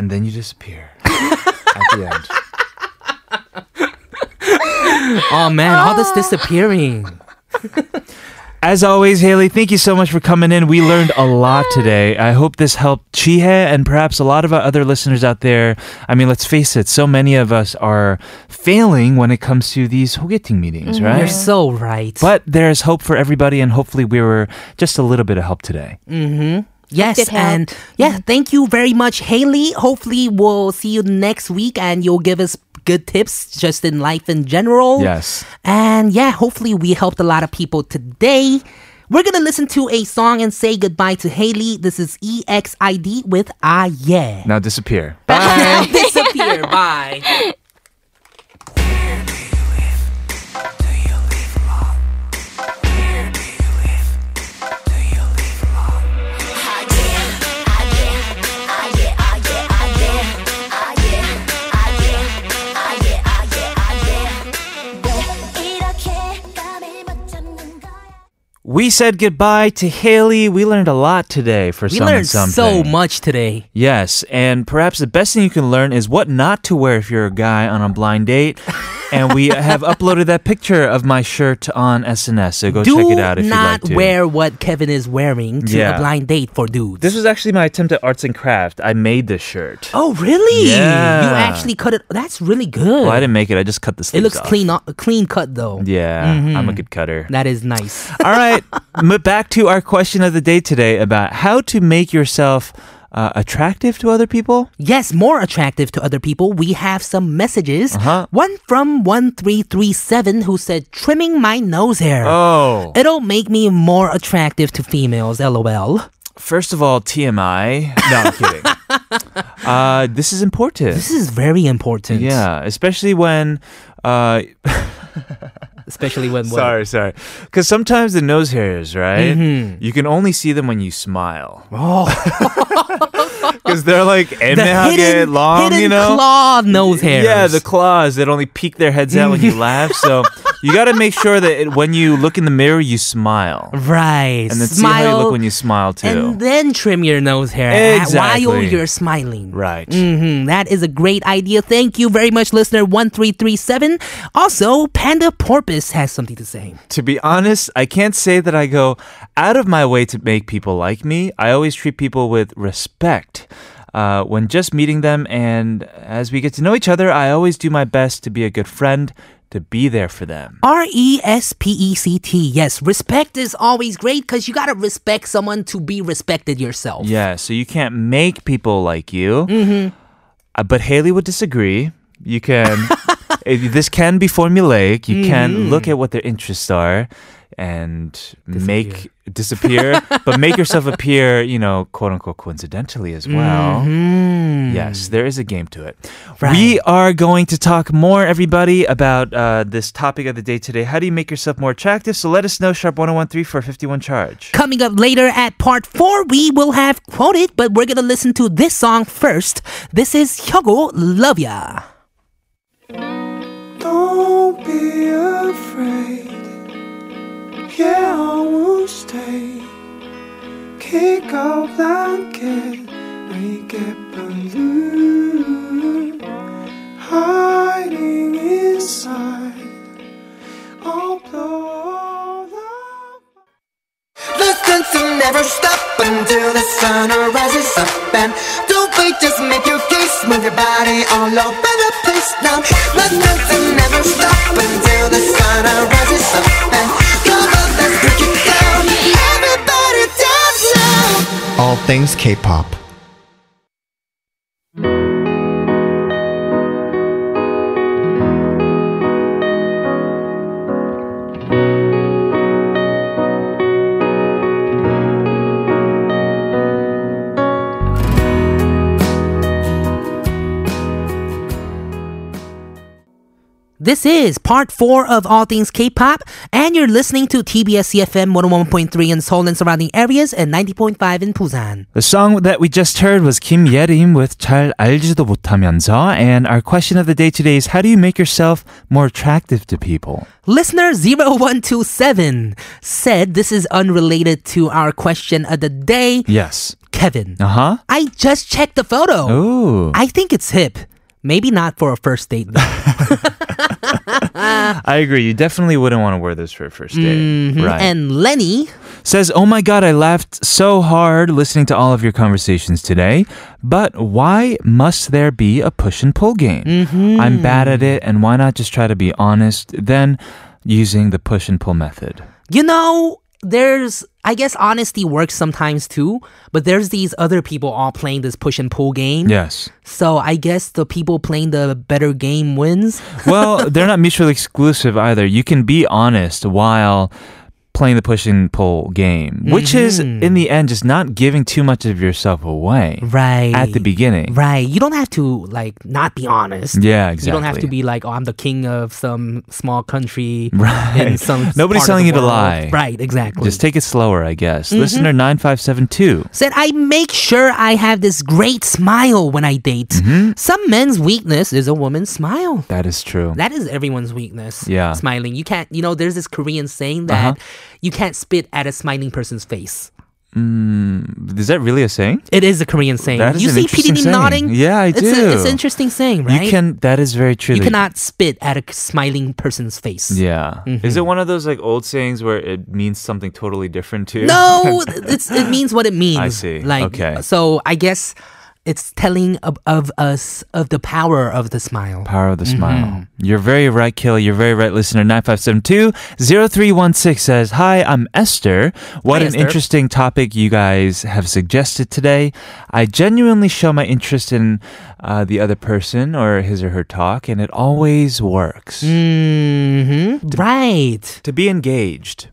[SPEAKER 1] and then you disappear at the end.
[SPEAKER 2] Oh man, all
[SPEAKER 6] Ah.
[SPEAKER 2] this disappearing.
[SPEAKER 1] As always, Haley, thank you so much for coming in. We learned a lot today. I hope this helped Chihe and perhaps a lot of our other listeners out there. I mean, let's face it, so many of us are failing when it comes to these hogeting meetings,
[SPEAKER 2] You're
[SPEAKER 1] right?
[SPEAKER 2] so right.
[SPEAKER 1] But there's hope for everybody, and hopefully, we were just a little bit of help today.
[SPEAKER 2] yes,
[SPEAKER 6] Did help.
[SPEAKER 2] and yeah,
[SPEAKER 6] Mm-hmm.
[SPEAKER 2] thank you very much, Haley. Hopefully, we'll see you next week, and you'll give us good tips just in life in general.
[SPEAKER 1] Yes.
[SPEAKER 2] And yeah, hopefully we helped a lot of people today. We're gonna listen to a song and say goodbye to Haley. This is E EXID with Ah Yeah.
[SPEAKER 1] Now disappear.
[SPEAKER 2] Bye. Disappear. Bye.
[SPEAKER 1] We said goodbye to Haley. We learned a lot today for
[SPEAKER 2] We
[SPEAKER 1] some
[SPEAKER 2] learned
[SPEAKER 1] something.
[SPEAKER 2] so much today.
[SPEAKER 1] Yes, and perhaps the best thing you can learn is what not to wear if you're a guy on a blind date. and we have uploaded that picture of my shirt on SNS, so go
[SPEAKER 2] Do
[SPEAKER 1] check it out if
[SPEAKER 2] not
[SPEAKER 1] you'd like to.
[SPEAKER 2] wear what Kevin is wearing to
[SPEAKER 1] Yeah.
[SPEAKER 2] a blind date for dudes.
[SPEAKER 1] this was actually my attempt at arts and craft. I made this shirt.
[SPEAKER 2] oh, really? You
[SPEAKER 1] Yeah.
[SPEAKER 2] actually cut it. That's really good.
[SPEAKER 1] Well, I didn't make it. I just cut the
[SPEAKER 2] it
[SPEAKER 1] sleeves
[SPEAKER 2] looks
[SPEAKER 1] off.
[SPEAKER 2] clean, Mm-hmm. o- clean cut though.
[SPEAKER 1] Yeah, I'm a good cutter.
[SPEAKER 2] That is nice.
[SPEAKER 1] All right, but back to our question of the day today about how to make yourself uh, attractive to other people.
[SPEAKER 2] yes, more attractive to other people. We have some messages.
[SPEAKER 1] Uh-huh.
[SPEAKER 2] One from 1337 who said, trimming my nose hair.
[SPEAKER 1] Oh,
[SPEAKER 2] It'll make me more attractive to females, lol.
[SPEAKER 1] first of all, TMI. No, I'm kidding. Uh, this is important.
[SPEAKER 2] This is very important.
[SPEAKER 1] Yeah, especially when. Uh,
[SPEAKER 2] Especially when. what? Mm-hmm.
[SPEAKER 1] sorry, sorry. Because sometimes the nose hairs, right? You can only see them when you smile.
[SPEAKER 2] Oh,
[SPEAKER 1] Because they're like
[SPEAKER 2] the
[SPEAKER 1] hidden,
[SPEAKER 2] hidden,
[SPEAKER 1] long,
[SPEAKER 2] hidden
[SPEAKER 1] you know?
[SPEAKER 2] claw nose hairs. Mm-hmm.
[SPEAKER 1] Yeah, the claws that only peek their heads out when you laugh. So you got to make sure that it, when you look in the mirror, you smile.
[SPEAKER 2] Right.
[SPEAKER 1] And then
[SPEAKER 2] smile,
[SPEAKER 1] see how you look when you smile, too.
[SPEAKER 2] And then trim your nose hair
[SPEAKER 1] Exactly.
[SPEAKER 2] while you're smiling.
[SPEAKER 1] right.
[SPEAKER 2] Mhm, that is a great idea. Thank you very much, listener 1337. Also, Panda Porpoise has something to say.
[SPEAKER 1] To be honest, I can't say that I go out of my way to make people like me. I always treat people with respect. Uh, when just meeting them, and as we get to know each other, I always do my best to be a good friend, to be there for them.
[SPEAKER 2] R E S P E C T. Yes, respect is always great because you got to respect someone to be respected yourself.
[SPEAKER 1] Yeah, so you can't make people like you. Mm-hmm. Uh, but Haley would disagree. You can, eh, this can be formulaic. You can look at what their interests are and make disappear, but make yourself appear, you know, quote unquote, coincidentally as well. Yes, there is a game to it. We are going to talk more, everybody, about uh, this topic of the day today. How do you make yourself more attractive? So let us know, sharp 1013 for a 51 charge.
[SPEAKER 2] Coming up later at part four, we will have quoted, but we're gonna listen to this song first. This is Hyogo Love Ya.
[SPEAKER 8] Don't be afraid. Yeah, I will stay. Kick our blanket, make it blue. Hiding inside, I'll blow all up. Listen to never stop until the sun rises up and don't wait, just make your case, move your body all over the place now. Listen to never stop until the sun rises up and come on, let's break it down. Everybody dance now. All things K-pop.
[SPEAKER 2] This is part four of All Things K-pop, and you're listening to TBS CFM 101.3 in Seoul and surrounding areas and 90.5 in Busan.
[SPEAKER 1] The song that we just heard was Kim Yerim with 잘 알지도 못하면서 and our question of the day today is how do you make yourself more attractive to people?
[SPEAKER 2] Listener 0127 said this is unrelated to our question of the day.
[SPEAKER 1] Yes.
[SPEAKER 2] Kevin,
[SPEAKER 1] Uh-huh.
[SPEAKER 2] I just checked the photo.
[SPEAKER 1] Ooh.
[SPEAKER 2] I think it's hip. Maybe not for a first date. though.
[SPEAKER 1] I agree. You definitely wouldn't want to wear this for a first date. Right.
[SPEAKER 2] Mm-hmm. and Lenny,
[SPEAKER 1] Says, "Oh my god, I laughed so hard listening to all of your conversations today. But why must there be a push and pull game?
[SPEAKER 2] Mm-hmm.
[SPEAKER 1] I'm bad at it and why not just try to be honest then using the push and pull method?"
[SPEAKER 2] you know, there's, I guess honesty works sometimes too, but there's these other people all playing this push and pull game.
[SPEAKER 1] Yes.
[SPEAKER 2] So I guess the people playing the better game wins.
[SPEAKER 1] well, they're not mutually exclusive either. You can be honest while playing the push and pull game, which is
[SPEAKER 2] Mm-hmm.
[SPEAKER 1] in the end just not giving too much of yourself away
[SPEAKER 2] Right.
[SPEAKER 1] at the beginning.
[SPEAKER 2] Right. You don't have to, like, not be honest.
[SPEAKER 1] Yeah, exactly.
[SPEAKER 2] You don't have to be like, oh, I'm the king of some small country in some.
[SPEAKER 1] Nobody's
[SPEAKER 2] part of
[SPEAKER 1] telling
[SPEAKER 2] the
[SPEAKER 1] you to lie.
[SPEAKER 2] world. Right, exactly.
[SPEAKER 1] Just take it slower, I guess.
[SPEAKER 2] Mm-hmm.
[SPEAKER 1] Listener 9572.
[SPEAKER 2] said I make sure I have this great smile when I date.
[SPEAKER 1] Mm-hmm.
[SPEAKER 2] Some men's weakness is a woman's smile.
[SPEAKER 1] That is true.
[SPEAKER 2] That is everyone's weakness.
[SPEAKER 1] Yeah. Uh-huh.
[SPEAKER 2] Smiling. You can't, you know, there's this Korean saying that you can't spit at a smiling person's face.
[SPEAKER 1] Is that really a saying?
[SPEAKER 2] It is a Korean saying.
[SPEAKER 1] That is
[SPEAKER 2] you
[SPEAKER 1] an
[SPEAKER 2] see
[SPEAKER 1] interesting
[SPEAKER 2] PDD
[SPEAKER 1] saying.
[SPEAKER 2] nodding?
[SPEAKER 1] Yeah, I
[SPEAKER 2] It's, a, it's
[SPEAKER 1] do.
[SPEAKER 2] an interesting saying, right?
[SPEAKER 1] You can. That is very true.
[SPEAKER 2] You
[SPEAKER 1] that
[SPEAKER 2] cannot spit at a smiling person's face.
[SPEAKER 1] Yeah.
[SPEAKER 2] Mm-hmm.
[SPEAKER 1] Is it one of those like old sayings where it means something totally different too?
[SPEAKER 2] No, it's it means what it means.
[SPEAKER 1] I see.
[SPEAKER 2] Like
[SPEAKER 1] Okay.
[SPEAKER 2] so I guess it's telling of, of us of the power of the smile.
[SPEAKER 1] Power of the
[SPEAKER 2] Mm-hmm.
[SPEAKER 1] smile. You're very right, Kelly. You're very right, listener. 9572-0316 says, Hi, I'm Esther. What an
[SPEAKER 2] Hi, Esther.
[SPEAKER 1] interesting topic you guys have suggested today. I genuinely show my interest in uh, the other person or his or her talk, and it always works.
[SPEAKER 2] Mm. Mm-hmm. Right.
[SPEAKER 1] To be engaged.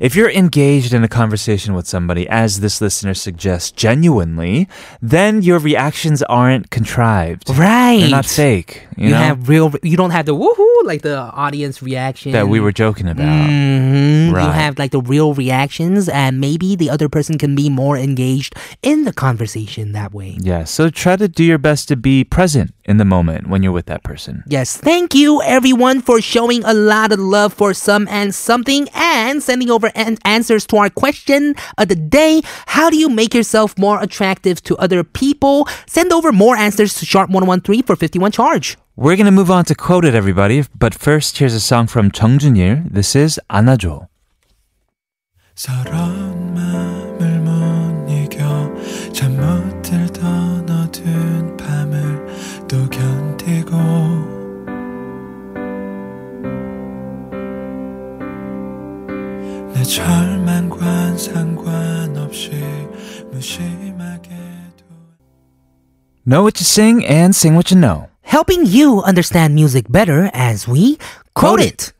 [SPEAKER 1] If you're engaged in a conversation with somebody, as this listener suggests, genuinely, then your reactions aren't contrived.
[SPEAKER 2] Right.
[SPEAKER 1] They're not fake. You,
[SPEAKER 2] You,
[SPEAKER 1] know?
[SPEAKER 2] have real you don't have the woohoo like the audience reaction.
[SPEAKER 1] that we were joking about.
[SPEAKER 2] hmm You
[SPEAKER 1] Right.
[SPEAKER 2] have like the real reactions, and maybe the other person can be more engaged in the conversation that way.
[SPEAKER 1] Yeah, so try to do your best to be present in the moment when you're with that person.
[SPEAKER 2] Yes, thank you everyone for showing a lot of love for some and something and sending over an- answers to our question of the day. How do you make yourself more attractive to other people? Send over more answers to Sharp113 for 51 charge.
[SPEAKER 1] We're going to move on to quote it, everybody. But first, here's a song from Chung Jun This is 안아줘.
[SPEAKER 9] 사람 맘을 못 이겨 잠 못 들던 어두운 밤을 또 견디고 내 절망과 상관없이 무심하게 두
[SPEAKER 1] Know what you sing and sing what you know.
[SPEAKER 2] Helping you understand music better as we quote it.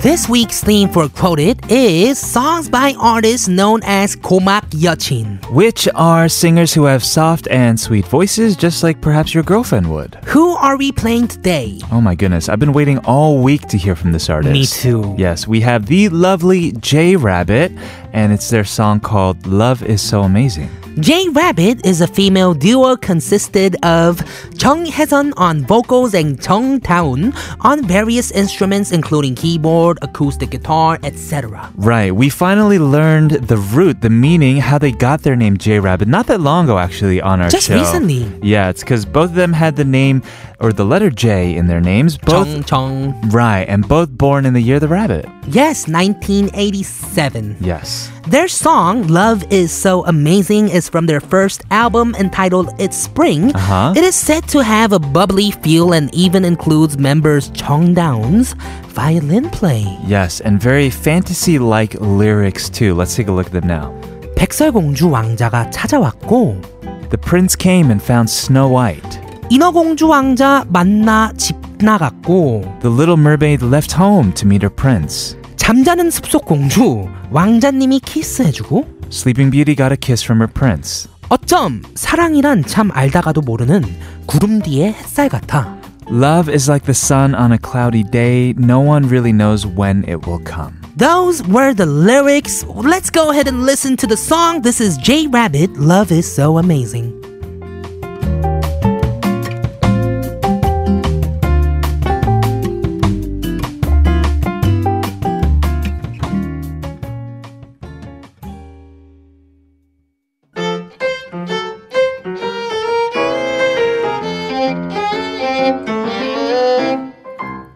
[SPEAKER 2] This week's theme for Quoted is songs by artists known as Komak Yachin,
[SPEAKER 1] Which are singers who have soft and sweet voices, just like perhaps your girlfriend would.
[SPEAKER 2] Who are we playing today?
[SPEAKER 1] Oh my goodness, I've been waiting all week to hear from this artist.
[SPEAKER 2] Me too.
[SPEAKER 1] Yes, we have the lovely J Rabbit, and it's their song called Love is So Amazing.
[SPEAKER 2] J Rabbit is a female duo consisted of Chung Hye-sun on vocals and Chung Taun on various instruments including keyboard, acoustic guitar, etc.
[SPEAKER 1] Right. We finally learned the root, the meaning, how they got their name J Rabbit not that long ago, actually, on our
[SPEAKER 2] Just
[SPEAKER 1] show.
[SPEAKER 2] recently.
[SPEAKER 1] Yeah, it's because both of them had the name or the letter J in their names. Both.
[SPEAKER 2] Chung Chung.
[SPEAKER 1] Right, and both born in the year of the rabbit.
[SPEAKER 2] Yes, 1987.
[SPEAKER 1] Yes.
[SPEAKER 2] Their song Love is So Amazing is from their first album entitled It's Spring.
[SPEAKER 1] Uh-huh.
[SPEAKER 2] It is said to have a bubbly feel and even includes members Chung Down's violin playing.
[SPEAKER 1] Yes, and very fantasy like lyrics, too. Let's take a look at them now.
[SPEAKER 2] 백설공주 왕자가 찾아왔고
[SPEAKER 1] The prince came and found Snow White.
[SPEAKER 2] 인어공주 왕자 만나 집 나갔고
[SPEAKER 1] The little mermaid left home to meet her prince.
[SPEAKER 2] 잠자는 숲속 공주 왕자님이 키스해주고
[SPEAKER 1] Sleeping Beauty got a kiss from her prince.
[SPEAKER 2] 어쩜 사랑이란 참 알다가도 모르는 구름 뒤의 햇살 같아
[SPEAKER 1] Love is like the sun on a cloudy day. No one really knows when it will come.
[SPEAKER 2] Those were the lyrics. Let's go ahead and listen to the song. This is J Rabbit. Love is so amazing.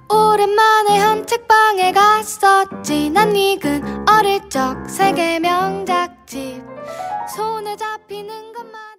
[SPEAKER 3] 오랜만에 한책방에 갔었지 난 익은 어릴 적 세계 명작집 손에 잡히는 것마다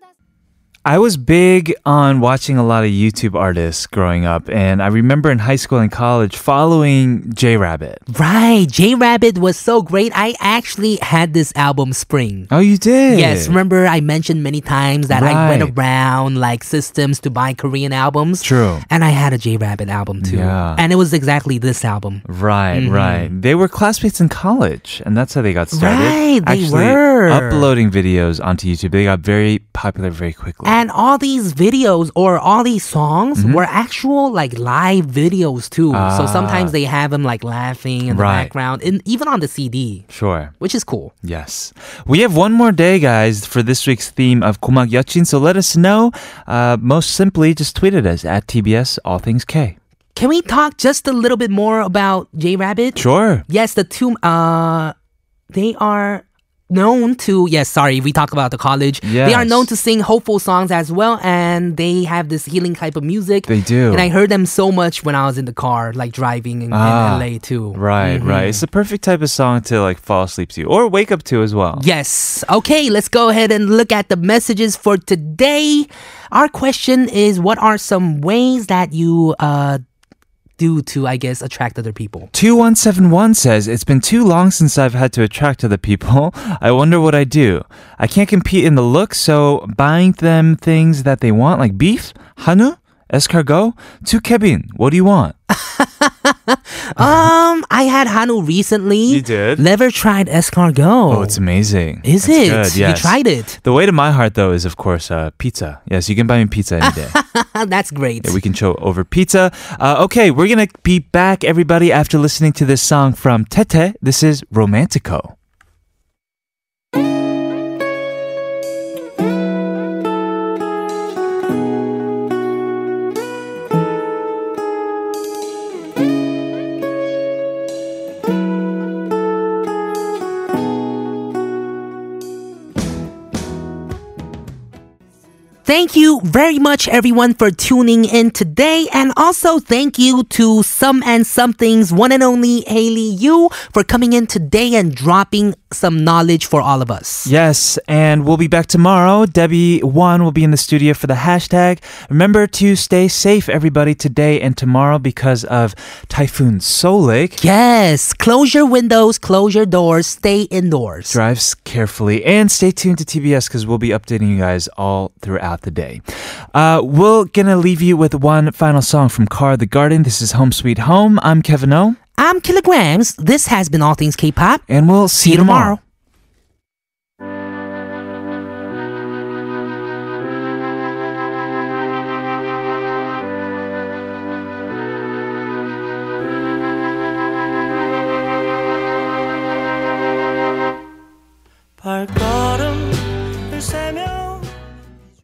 [SPEAKER 1] I was big on watching a lot of YouTube artists growing up, and I remember in high school and college following J Rabbit.
[SPEAKER 2] Right, J Rabbit was so great. I actually had this album Spring.
[SPEAKER 1] Oh, you did?
[SPEAKER 2] Yes, remember I mentioned many times that I
[SPEAKER 1] Right.
[SPEAKER 2] went around like systems to buy Korean albums.
[SPEAKER 1] True.
[SPEAKER 2] And I had a J Rabbit album too.
[SPEAKER 1] Yeah.
[SPEAKER 2] And it was exactly this album.
[SPEAKER 1] Right, right. They were classmates in college, and that's how they got started.
[SPEAKER 2] Right, they
[SPEAKER 1] Actually,
[SPEAKER 2] were.
[SPEAKER 1] uploading videos onto YouTube. They got very popular very quickly.
[SPEAKER 2] And all these videos or all these songs
[SPEAKER 1] Mm-hmm.
[SPEAKER 2] were actual like live videos too. So sometimes they have him like laughing in the
[SPEAKER 1] Ah. Right.
[SPEAKER 2] background, and even on the CD,
[SPEAKER 1] Sure.
[SPEAKER 2] which is cool.
[SPEAKER 1] Yes. We have one more day, guys, for this week's theme of Kumak Yachin. So let us know. Uh, most simply, just tweet at us at TBS All Things K.
[SPEAKER 2] Can we talk just a little bit more about J Rabbit?
[SPEAKER 1] Sure.
[SPEAKER 2] Yes, the two. Uh, they are known to. Yes, sorry, we talk about the college. They
[SPEAKER 1] Yes.
[SPEAKER 2] are known to sing hopeful songs as well, and they have this healing type of music.
[SPEAKER 1] They do.
[SPEAKER 2] And I heard them so much when I was in the car, like driving in,
[SPEAKER 1] Ah,
[SPEAKER 2] in LA too.
[SPEAKER 1] Right, right. It's the perfect type of song to like fall asleep to or wake up to as well.
[SPEAKER 2] Yes. Okay, let's go ahead and look at the messages for today. Our question is what are some ways that you uh do to I guess attract other people?
[SPEAKER 1] 2171 says, It's been too long since I've had to attract other people. I wonder what I do. I can't compete in the look, so buying them things that they want, like beef, hanu, escargot, to Kevin, what do you want?
[SPEAKER 2] Um I had Hanu recently.
[SPEAKER 1] Uh-huh. You did?
[SPEAKER 2] Never tried escargot.
[SPEAKER 1] Oh, it's amazing. It's
[SPEAKER 2] Is it?
[SPEAKER 1] Good, yes.
[SPEAKER 2] You tried it.
[SPEAKER 1] The way to my heart, though, is of course uh, pizza. Yes, you can buy me pizza any day.
[SPEAKER 2] Ah, That's great.
[SPEAKER 1] Yeah, we can show over pizza. Uh, okay, we're gonna be back, everybody, after listening to this song from Tete. This is Romantico.
[SPEAKER 2] Thank you very much, everyone, for tuning in today. And also, thank you to Some and Something's one and only Haley Yu for coming in today and dropping some knowledge for all of us.
[SPEAKER 1] Yes, and we'll be back tomorrow. Debbie One will be in the studio for the hashtag. Remember to stay safe, everybody, today and tomorrow because of Typhoon Solik.
[SPEAKER 2] Yes, close your windows, close your doors, stay indoors.
[SPEAKER 1] Drives carefully and stay tuned to TBS because we'll be updating you guys all throughout the day. Uh, we're gonna leave you with one final song from Car the Garden. This is Home Sweet Home. I'm Kevin O,
[SPEAKER 2] I'm Kilograms. This has been All Things K-Pop.
[SPEAKER 1] and we'll see, you tomorrow.
[SPEAKER 5] 발걸음을 세며